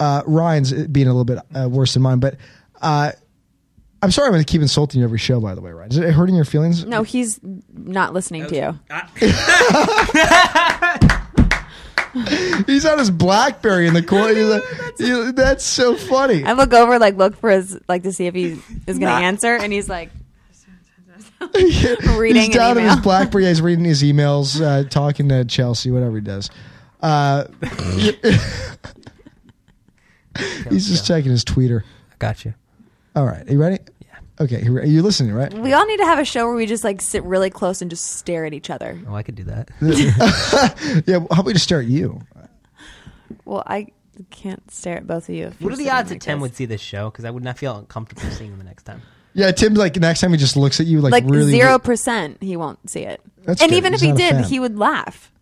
[SPEAKER 2] Uh, Ryan's being a little bit uh, worse than mine, but uh, I'm sorry I'm going to keep insulting you every show. By the way, Ryan, is it hurting your feelings?
[SPEAKER 4] no, he's not listening to you.
[SPEAKER 2] He's on his BlackBerry in the corner. He's like- you- that's so funny.
[SPEAKER 4] I look over, like look for his, like to see if he is going to
[SPEAKER 3] Nah.
[SPEAKER 4] answer, and he's like,
[SPEAKER 2] He's
[SPEAKER 4] reading
[SPEAKER 2] down
[SPEAKER 4] an
[SPEAKER 2] in his
[SPEAKER 4] email.
[SPEAKER 2] BlackBerry. He's reading his emails, uh, talking to Chelsea, whatever he does. Uh, he's just checking his tweeter.
[SPEAKER 3] Got you.
[SPEAKER 2] All right, you ready? Yeah. Okay, here we- you're listening, right?
[SPEAKER 4] we all need to have a show where we just like sit really close and just stare at each other.
[SPEAKER 3] Oh, I could do that.
[SPEAKER 2] Yeah. well, How about we just start you?
[SPEAKER 4] Well, I can't stare at both of you. if
[SPEAKER 3] What
[SPEAKER 4] you're
[SPEAKER 3] are the
[SPEAKER 4] sitting
[SPEAKER 3] odds
[SPEAKER 4] like
[SPEAKER 3] that Tim
[SPEAKER 4] this.
[SPEAKER 3] would see this show? Because I would not feel uncomfortable seeing him the next time.
[SPEAKER 2] Yeah, Tim. Like next time, he just looks at you like,
[SPEAKER 4] Like
[SPEAKER 2] really.
[SPEAKER 4] zero percent, he won't see it.
[SPEAKER 2] That's
[SPEAKER 4] and
[SPEAKER 2] good.
[SPEAKER 4] even
[SPEAKER 2] He's
[SPEAKER 4] if he
[SPEAKER 2] not a
[SPEAKER 4] did,
[SPEAKER 2] fan.
[SPEAKER 4] he would laugh.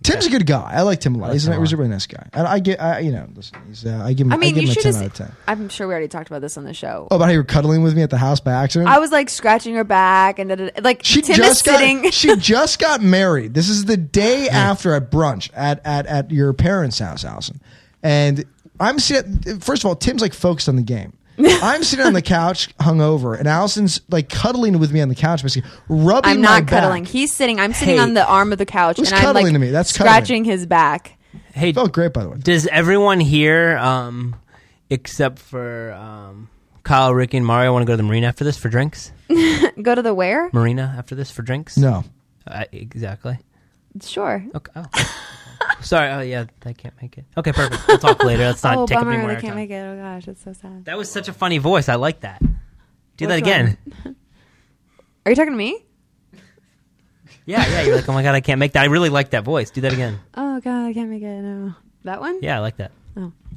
[SPEAKER 2] Tim's a good guy. I like Tim a lot. he's,
[SPEAKER 3] Tim
[SPEAKER 2] a,
[SPEAKER 3] a
[SPEAKER 2] he's a
[SPEAKER 3] lot.
[SPEAKER 2] really nice guy. And I get, I, you know, listen, he's, uh, I give him,
[SPEAKER 4] I mean,
[SPEAKER 2] give
[SPEAKER 4] you
[SPEAKER 2] him a
[SPEAKER 4] should
[SPEAKER 2] ten
[SPEAKER 4] have.
[SPEAKER 2] out of
[SPEAKER 4] s-
[SPEAKER 2] ten.
[SPEAKER 4] I'm sure we already talked about this on the show.
[SPEAKER 2] Oh, about how you were cuddling with me at the house by accident.
[SPEAKER 4] I was like scratching her back and da, da, da. like
[SPEAKER 2] She
[SPEAKER 4] Tim
[SPEAKER 2] just
[SPEAKER 4] is sitting.
[SPEAKER 2] got she just got married. This is the day after at brunch at at at your parents' house, Allison. And I'm sitting. First of all, Tim's like focused on the game. I'm sitting on the couch, hungover, and Allison's like cuddling with me on the couch, basically rubbing.
[SPEAKER 4] I'm
[SPEAKER 2] my
[SPEAKER 4] not cuddling.
[SPEAKER 2] Back.
[SPEAKER 4] He's sitting. I'm sitting
[SPEAKER 3] Hey.
[SPEAKER 4] on the arm of the couch
[SPEAKER 2] Who's
[SPEAKER 4] and I'm
[SPEAKER 2] cuddling
[SPEAKER 4] like
[SPEAKER 2] to me? That's cuddling.
[SPEAKER 4] scratching his back.
[SPEAKER 3] Hey,
[SPEAKER 2] Felt great, by the way.
[SPEAKER 3] does everyone here, um, except for um, Kyle, Ricky, and Mario, want to go to the marina after this for drinks?
[SPEAKER 4] Go to the where?
[SPEAKER 3] Marina after this for drinks?
[SPEAKER 2] No,
[SPEAKER 3] Uh, exactly.
[SPEAKER 4] Sure.
[SPEAKER 3] Okay. Oh. Sorry. Oh yeah, I can't make it. Okay, perfect. We'll talk later. Let's not
[SPEAKER 4] oh,
[SPEAKER 3] take up
[SPEAKER 4] bummer.
[SPEAKER 3] any more
[SPEAKER 4] They
[SPEAKER 3] airtime.
[SPEAKER 4] can't make it. Oh gosh, that's so sad.
[SPEAKER 3] That was such a funny voice. I like that. Do that
[SPEAKER 4] Which
[SPEAKER 3] again.
[SPEAKER 4] Are you talking to me?
[SPEAKER 3] Yeah, yeah. You're like, oh my god, I can't make that. I really like that voice. Do that again.
[SPEAKER 4] Oh god, I can't make it. No. That one?
[SPEAKER 3] Yeah, I like that.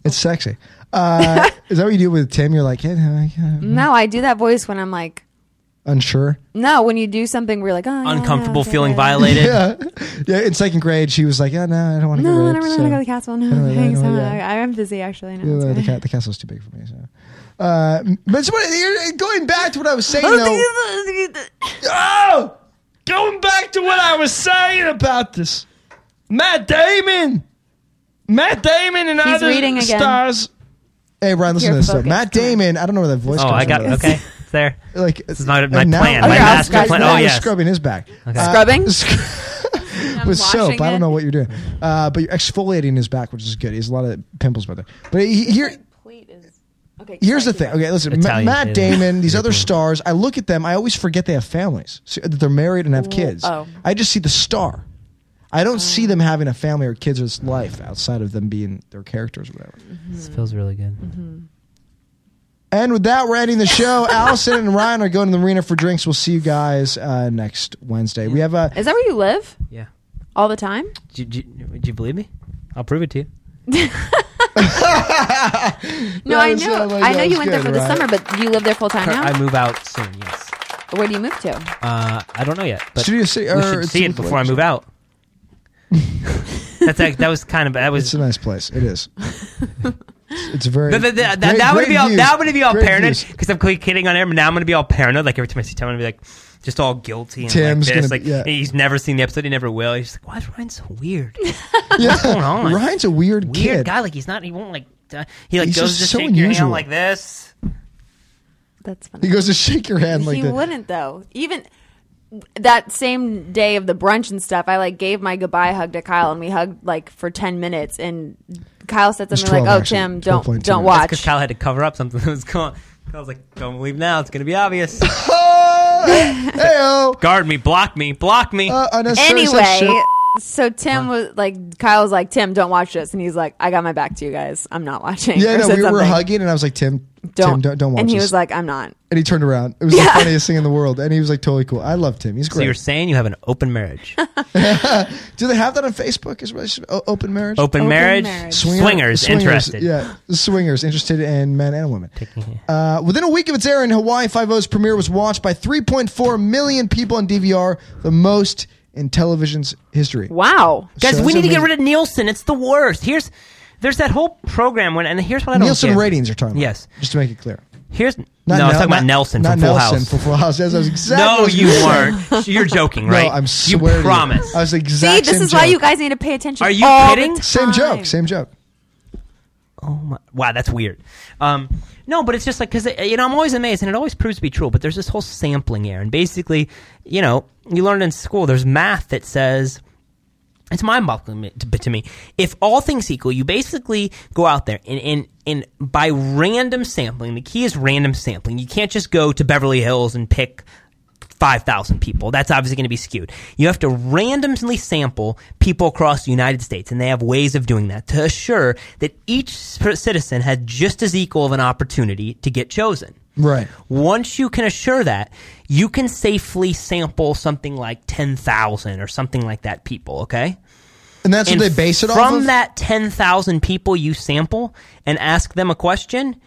[SPEAKER 2] it's sexy. Uh, is that what you do with Tim? You're like, yeah, yeah, yeah,
[SPEAKER 4] Mm-hmm. No, I do that voice when I'm like
[SPEAKER 2] unsure.
[SPEAKER 4] no, when you do something we're like, oh, yeah, no,
[SPEAKER 3] Uncomfortable
[SPEAKER 4] it's
[SPEAKER 3] feeling
[SPEAKER 4] okay.
[SPEAKER 3] violated.
[SPEAKER 2] Yeah, yeah. In second grade, she was like, yeah, no, I don't want to
[SPEAKER 4] No,
[SPEAKER 2] go.
[SPEAKER 4] I
[SPEAKER 2] raped,
[SPEAKER 4] don't really
[SPEAKER 2] so-
[SPEAKER 4] want to go to the castle. No,
[SPEAKER 2] I don't really
[SPEAKER 4] thanks.
[SPEAKER 2] know,
[SPEAKER 4] I'm,
[SPEAKER 2] yeah.
[SPEAKER 4] I- I'm busy actually. No,
[SPEAKER 2] Yeah,
[SPEAKER 4] it's
[SPEAKER 2] the,
[SPEAKER 4] fine.
[SPEAKER 2] ca- the castle's too big for me. So. Uh, but so what- you're- uh, going back to what I was saying, though. Oh, going back to what I was saying about this, Matt Damon, Matt Damon, and
[SPEAKER 4] He's
[SPEAKER 2] other
[SPEAKER 4] reading again.
[SPEAKER 2] stars. Hey, Ryan, listen
[SPEAKER 4] You're
[SPEAKER 2] to this. Though.
[SPEAKER 4] focused.
[SPEAKER 2] Matt
[SPEAKER 4] Come on.
[SPEAKER 2] Damon. I don't know where that voice.
[SPEAKER 3] Oh,
[SPEAKER 2] comes
[SPEAKER 3] I got
[SPEAKER 2] from.
[SPEAKER 3] okay. It's there.
[SPEAKER 2] Like this
[SPEAKER 3] is my- my plan,
[SPEAKER 4] my master
[SPEAKER 2] now
[SPEAKER 4] plan.
[SPEAKER 2] you're
[SPEAKER 4] Oh,
[SPEAKER 3] yes.
[SPEAKER 2] scrubbing his back. Uh,
[SPEAKER 4] Scrubbing?
[SPEAKER 2] with soap.
[SPEAKER 4] washing
[SPEAKER 2] I don't
[SPEAKER 4] it.
[SPEAKER 2] know what you're doing, uh, but you're exfoliating his back, which is good. He has a lot of pimples by there. But he, here,
[SPEAKER 4] Okay,
[SPEAKER 2] Here's the thing. Okay, listen, Ma-
[SPEAKER 3] Italian
[SPEAKER 2] Matt
[SPEAKER 3] food.
[SPEAKER 2] Damon, these other stars. I look at them. I always forget they have families. So, that they're married and have kids.
[SPEAKER 4] oh. Mm.
[SPEAKER 2] I just see the star. I don't see them having a family or kids or this life outside of them being their characters or whatever.
[SPEAKER 3] This feels really good.
[SPEAKER 2] And with that, we're ending the show. Allison and Ryan are going to the marina for drinks. We'll see you guys uh, next Wednesday. We have a
[SPEAKER 4] Is that where you live
[SPEAKER 3] Yeah.
[SPEAKER 4] all the time?
[SPEAKER 3] Do, you- do, you- do you believe me? I'll prove it to you.
[SPEAKER 4] No,
[SPEAKER 2] That
[SPEAKER 4] I
[SPEAKER 2] was-
[SPEAKER 4] know.
[SPEAKER 2] oh my God,
[SPEAKER 4] I know
[SPEAKER 2] it's
[SPEAKER 4] you went there
[SPEAKER 2] good,
[SPEAKER 4] for the
[SPEAKER 2] right?
[SPEAKER 4] summer, but you live there full time
[SPEAKER 3] I
[SPEAKER 4] now.
[SPEAKER 3] move out soon. Yes.
[SPEAKER 4] Where do you move to?
[SPEAKER 3] Uh, I don't know yet. But
[SPEAKER 2] Studio City.
[SPEAKER 3] we
[SPEAKER 2] or
[SPEAKER 3] should see it
[SPEAKER 2] Studio
[SPEAKER 3] before I
[SPEAKER 2] Place.
[SPEAKER 3] move out. That's act- that was kind of that was
[SPEAKER 2] It's a nice place. It is. It's very.
[SPEAKER 3] Th- th- th-
[SPEAKER 2] great-
[SPEAKER 3] that, that would
[SPEAKER 2] great
[SPEAKER 3] be all.
[SPEAKER 2] views.
[SPEAKER 3] That would be all
[SPEAKER 2] Great
[SPEAKER 3] paranoid
[SPEAKER 2] views.
[SPEAKER 3] because I'm quit kidding on air. But now I'm going to be all paranoid. Like every time I see Tim, I'm going to be like, just all guilty. And
[SPEAKER 2] Tim's
[SPEAKER 3] like
[SPEAKER 2] gonna
[SPEAKER 3] this.
[SPEAKER 2] be-
[SPEAKER 3] like
[SPEAKER 2] yeah.
[SPEAKER 3] he's never seen the episode. He never will. He's just like, why is Ryan so weird? What's going on?
[SPEAKER 2] Ryan's a weird,
[SPEAKER 3] weird
[SPEAKER 2] kid.
[SPEAKER 3] guy. Like he's not. He won't like. uh, he like
[SPEAKER 2] He's
[SPEAKER 3] goes
[SPEAKER 2] just
[SPEAKER 3] to
[SPEAKER 2] so
[SPEAKER 3] shake your
[SPEAKER 2] unusual.
[SPEAKER 3] hand like this.
[SPEAKER 4] That's funny.
[SPEAKER 2] He goes to shake your hand like
[SPEAKER 4] he
[SPEAKER 2] that.
[SPEAKER 4] wouldn't though. Even that same day of the brunch and stuff, I like gave my goodbye hug to Kyle, and we hugged like for ten minutes. And Kyle said
[SPEAKER 2] was
[SPEAKER 4] something like,
[SPEAKER 2] 12,
[SPEAKER 4] "Oh,
[SPEAKER 2] actually.
[SPEAKER 4] Tim, don't
[SPEAKER 2] 12.2
[SPEAKER 4] don't
[SPEAKER 2] minutes.
[SPEAKER 3] Because
[SPEAKER 4] watch."
[SPEAKER 3] Kyle had to cover up something that was going. Kyle's like, don't leave now. It's going to be obvious.
[SPEAKER 2] Oh, hey-o.
[SPEAKER 3] Guard me. Block me. Block me.
[SPEAKER 2] oh, Uh, unnecessary sex
[SPEAKER 4] Anyway,
[SPEAKER 2] shit.
[SPEAKER 4] so Tim was like, Kyle was like, "Tim, don't watch this," and he's like, "I got my back to you guys. I'm not watching."
[SPEAKER 2] Yeah,
[SPEAKER 4] or
[SPEAKER 2] no,
[SPEAKER 4] said
[SPEAKER 2] we were
[SPEAKER 4] something.
[SPEAKER 2] hugging, and I was like, "Tim,
[SPEAKER 4] Don't
[SPEAKER 2] Tim, don't, don't watch
[SPEAKER 4] And he
[SPEAKER 2] this."
[SPEAKER 4] was like, "I'm not."
[SPEAKER 2] and he turned around. It was the funniest thing in the world, and he was like, "Totally cool. I love Tim. He's
[SPEAKER 3] so
[SPEAKER 2] great."
[SPEAKER 3] you're saying you have an open marriage?
[SPEAKER 2] Do they have that on Facebook? Is relation o- open marriage?
[SPEAKER 3] Open,
[SPEAKER 4] Open
[SPEAKER 3] marriage?
[SPEAKER 4] marriage.
[SPEAKER 2] Swinger-
[SPEAKER 3] Swingers, interested.
[SPEAKER 2] Yeah, swingers interested in men and women. Uh, within a week of its air in Hawaii, Five O's premiere was watched by 3.4 million people on DVR, the most in television's history.
[SPEAKER 4] Wow.
[SPEAKER 3] Guys,
[SPEAKER 2] So
[SPEAKER 3] we
[SPEAKER 2] that's
[SPEAKER 3] need to get
[SPEAKER 2] amazing.
[SPEAKER 3] rid of Nielsen. It's the worst. Here's there's that whole program when and here's what I don't
[SPEAKER 2] Nielsen
[SPEAKER 3] get.
[SPEAKER 2] ratings are talking. about,
[SPEAKER 3] Yes.
[SPEAKER 2] Just to make it clear.
[SPEAKER 3] Here's no,
[SPEAKER 2] Not
[SPEAKER 3] I was
[SPEAKER 2] Nel-
[SPEAKER 3] talking
[SPEAKER 2] not-
[SPEAKER 3] about Nelson
[SPEAKER 2] not
[SPEAKER 3] from Full
[SPEAKER 2] Nelson
[SPEAKER 3] House.
[SPEAKER 2] From Full House. That's exactly
[SPEAKER 3] no,
[SPEAKER 2] what I was
[SPEAKER 3] you
[SPEAKER 2] gonna say.
[SPEAKER 3] weren't. You're joking,
[SPEAKER 2] No,
[SPEAKER 3] right?
[SPEAKER 2] I'm
[SPEAKER 3] you
[SPEAKER 2] swearing. to
[SPEAKER 3] promise.
[SPEAKER 2] I was the exact
[SPEAKER 4] See, this
[SPEAKER 2] same
[SPEAKER 4] is why
[SPEAKER 2] joke.
[SPEAKER 4] you guys need to pay attention.
[SPEAKER 3] Are you
[SPEAKER 4] all the
[SPEAKER 3] kidding?
[SPEAKER 4] time.
[SPEAKER 2] Same joke. Same joke.
[SPEAKER 3] oh my, wow, that's weird. Um, no, but it's just like because you know I'm always amazed, and it always proves to be true. But there's this whole sampling error, and basically, you know, you learned in school. There's math that says it's mind-boggling to, to me. If all things equal, you basically go out there and, and and by random sampling. The key is random sampling. You can't just go to Beverly Hills and pick five thousand people. That's obviously going to be skewed. You have to randomly sample people across the United States, and they have ways of doing that to assure that each c- citizen has just as equal of an opportunity to get chosen.
[SPEAKER 2] Right.
[SPEAKER 3] Once you can assure that, you can safely sample something like 10,000 or something like that people, okay?
[SPEAKER 2] And that's what
[SPEAKER 3] And
[SPEAKER 2] they base it
[SPEAKER 3] from
[SPEAKER 2] off of.
[SPEAKER 3] that 10,000 people you sample and ask them a question,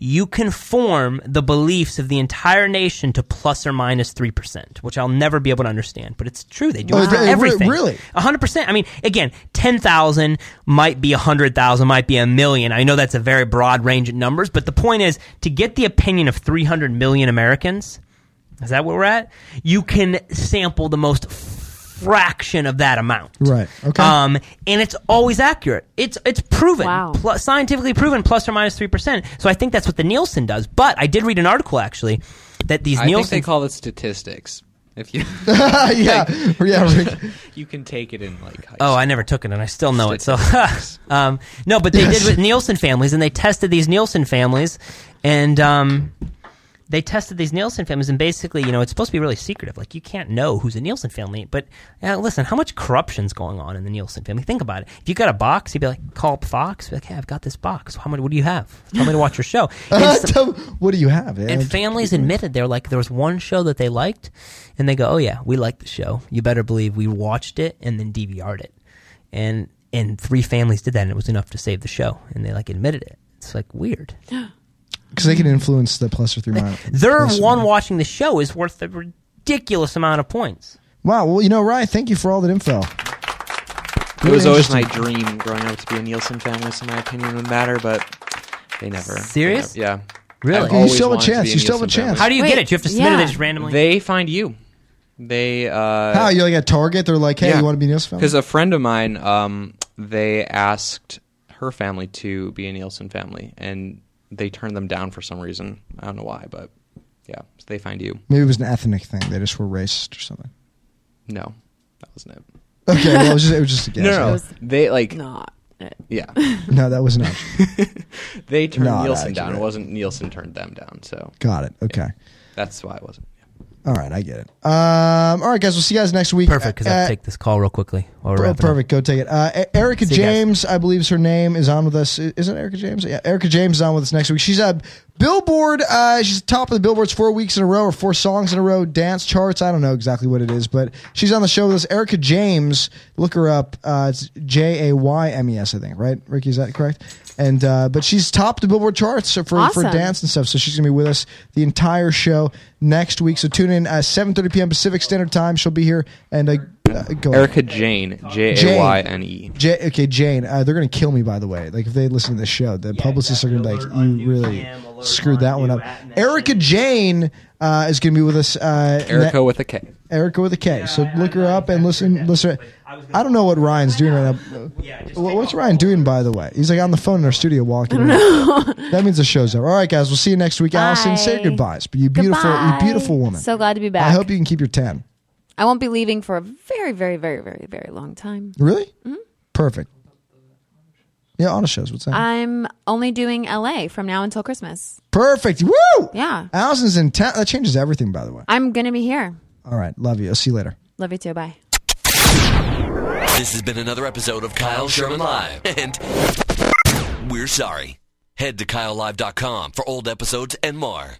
[SPEAKER 3] you can form the beliefs of the entire nation to plus or minus 3%, which I'll never be able to understand, but it's true. They do
[SPEAKER 2] Oh,
[SPEAKER 3] it for
[SPEAKER 2] they- re-
[SPEAKER 3] everything.
[SPEAKER 2] really?
[SPEAKER 3] 100%. I mean, again, 10,000 might be 100,000, might be a million. I know that's a very broad range of numbers, but the point is to get the opinion of 300 million Americans, is that where we're at? You can sample the most fraction of that amount.
[SPEAKER 2] Right. Okay.
[SPEAKER 3] Um, and it's always accurate. It's it's proven,
[SPEAKER 4] Wow.
[SPEAKER 3] pl- scientifically proven, plus or minus three percent. So I think that's what the Nielsen does. But I did read an article actually that these
[SPEAKER 6] I think
[SPEAKER 3] Nielsen
[SPEAKER 6] they call it statistics. If you
[SPEAKER 2] yeah. Yeah. Rick.
[SPEAKER 6] you can take it in like high
[SPEAKER 3] Oh,
[SPEAKER 6] school.
[SPEAKER 3] I never took it, and I still know it. So,
[SPEAKER 6] Statistics.
[SPEAKER 3] um, no, but they
[SPEAKER 2] Yes.
[SPEAKER 3] did with Nielsen families, and they tested these Nielsen families, and um, they tested these Nielsen families, and basically, you know, it's supposed to be really secretive. Like, you can't know who's a Nielsen family. But uh, listen, how much corruption's going on in the Nielsen family? Think about it. If you got a box, you'd be like, call up Fox, be like, hey, I've got this box. How many? What do you have? Tell me to watch your show. And some-
[SPEAKER 2] what do you have?
[SPEAKER 3] and
[SPEAKER 2] Ed?
[SPEAKER 3] families admitted they're like there was one show that they liked, and they go, "Oh yeah, we liked the show. You better believe we watched it and then DVR'd it." And and three families did that, and it was enough to save the show, and they like admitted it. It's like weird.
[SPEAKER 2] Because they can influence the plus or three minus.
[SPEAKER 3] Their
[SPEAKER 2] plus or
[SPEAKER 3] one
[SPEAKER 2] minus.
[SPEAKER 3] watching the show is worth a ridiculous amount of points.
[SPEAKER 2] Wow. Well, you know, Ryan, thank you for all that info.
[SPEAKER 6] it was
[SPEAKER 2] Really
[SPEAKER 6] always my
[SPEAKER 2] interesting.
[SPEAKER 6] dream growing up to be a Nielsen family, so my opinion would matter, but they never. they
[SPEAKER 3] Serious?
[SPEAKER 6] never- yeah.
[SPEAKER 3] Really?
[SPEAKER 6] I've
[SPEAKER 3] You
[SPEAKER 6] always
[SPEAKER 2] still have a
[SPEAKER 6] wanted to be
[SPEAKER 2] chance. You still have a
[SPEAKER 6] Nielsen
[SPEAKER 2] chance.
[SPEAKER 6] family.
[SPEAKER 3] How do you
[SPEAKER 4] Wait,
[SPEAKER 3] get it? Do you have to submit it?
[SPEAKER 4] yeah.
[SPEAKER 3] They just randomly.
[SPEAKER 6] They find you. They uh,
[SPEAKER 2] How you like at Target? They're like, hey, you want to be Nielsen
[SPEAKER 6] Because
[SPEAKER 2] family?
[SPEAKER 6] a friend of mine, um, they asked her family to be a Nielsen family, and they turned them down for some reason. I don't know why, but yeah, so they find you.
[SPEAKER 2] Maybe it was an ethnic thing. They just were racist or something.
[SPEAKER 6] No, that wasn't it.
[SPEAKER 2] Okay. Well, it was just, it was just a guess.
[SPEAKER 6] no, no,
[SPEAKER 4] was-
[SPEAKER 6] they like
[SPEAKER 4] Not. it.
[SPEAKER 6] yeah,
[SPEAKER 2] No, that was an option.
[SPEAKER 6] they turned
[SPEAKER 2] No, no,
[SPEAKER 6] Nielsen
[SPEAKER 2] it's
[SPEAKER 6] down.
[SPEAKER 2] right.
[SPEAKER 6] It wasn't Nielsen turned them down, so
[SPEAKER 2] Got it. Okay.
[SPEAKER 6] that's why it wasn't.
[SPEAKER 2] All right. I get it. Um, all right, guys. We'll see you guys next week.
[SPEAKER 3] Perfect, because I
[SPEAKER 2] Uh,
[SPEAKER 3] have to take this call real quickly while we're
[SPEAKER 2] Oh,
[SPEAKER 3] wrapping up.
[SPEAKER 2] perfect. Go take it. Uh, E- Erica
[SPEAKER 3] See you guys.
[SPEAKER 2] James, I believe is her name, is on with us. I- Is it Erica James? Yeah, Erica James is on with us next week. She's a Billboard. Uh, she's top of the Billboards four weeks in a row or four songs in a row, dance charts. I don't know exactly what it is, but she's on the show with us. Erica James, look her up. Uh, it's J A Y M E S, I think. Right, Ricky? Is that correct? And uh, but she's topped the Billboard charts for for
[SPEAKER 4] Awesome.
[SPEAKER 2] dance and stuff. So she's gonna be with us the entire show next week. So tune in uh, 7:30 p.m. Pacific Standard Time. She'll be here and uh, uh, go ahead.
[SPEAKER 6] Erica Jane, J A Y N E.
[SPEAKER 2] J- okay, Jane, uh, they're gonna kill me. By the way, like if they listen to this show, the publicists are gonna be
[SPEAKER 5] Alert
[SPEAKER 2] like,
[SPEAKER 5] on
[SPEAKER 2] "You
[SPEAKER 5] new
[SPEAKER 2] really
[SPEAKER 5] PM, alert
[SPEAKER 2] screwed
[SPEAKER 5] on
[SPEAKER 2] that one
[SPEAKER 5] new
[SPEAKER 2] up."
[SPEAKER 5] at mention.
[SPEAKER 2] Erica Jane uh, is gonna be with us. Uh,
[SPEAKER 6] Erica
[SPEAKER 2] ne-
[SPEAKER 6] with a K.
[SPEAKER 2] Erica with a K. so
[SPEAKER 5] I- I
[SPEAKER 2] look her
[SPEAKER 5] know
[SPEAKER 2] up and
[SPEAKER 5] exactly
[SPEAKER 2] listen.
[SPEAKER 5] that,
[SPEAKER 2] Listen.
[SPEAKER 5] but I was gonna-
[SPEAKER 2] I don't know what Ryan's doing right now.
[SPEAKER 5] Yeah, just
[SPEAKER 2] Wha-
[SPEAKER 5] take
[SPEAKER 2] What's
[SPEAKER 5] off.
[SPEAKER 2] Ryan doing, by the way? He's like on the phone in our studio walking. that means the show's over. All right, guys, we'll see you next week. Allison, say your
[SPEAKER 4] Bye.
[SPEAKER 2] goodbyes. But you beautiful,
[SPEAKER 4] Goodbye.
[SPEAKER 2] you beautiful woman.
[SPEAKER 4] So glad to be back.
[SPEAKER 2] I hope you can keep your ten.
[SPEAKER 4] I won't be leaving for a very, very, very, very, very long time.
[SPEAKER 2] Really?
[SPEAKER 4] Mm-hmm.
[SPEAKER 2] Perfect. Yeah, auto shows. What's that?
[SPEAKER 4] I'm only doing LA from now until Christmas.
[SPEAKER 2] Perfect. Woo!
[SPEAKER 4] Yeah.
[SPEAKER 2] Allison's in town. That changes everything, by the way.
[SPEAKER 4] I'm going to be here.
[SPEAKER 2] All right, love you. I'll see you later.
[SPEAKER 4] Love you too. Bye.
[SPEAKER 1] This has been another episode of Kyle Sherman Live, and we're sorry. Head to KyleLive.com for old episodes and more.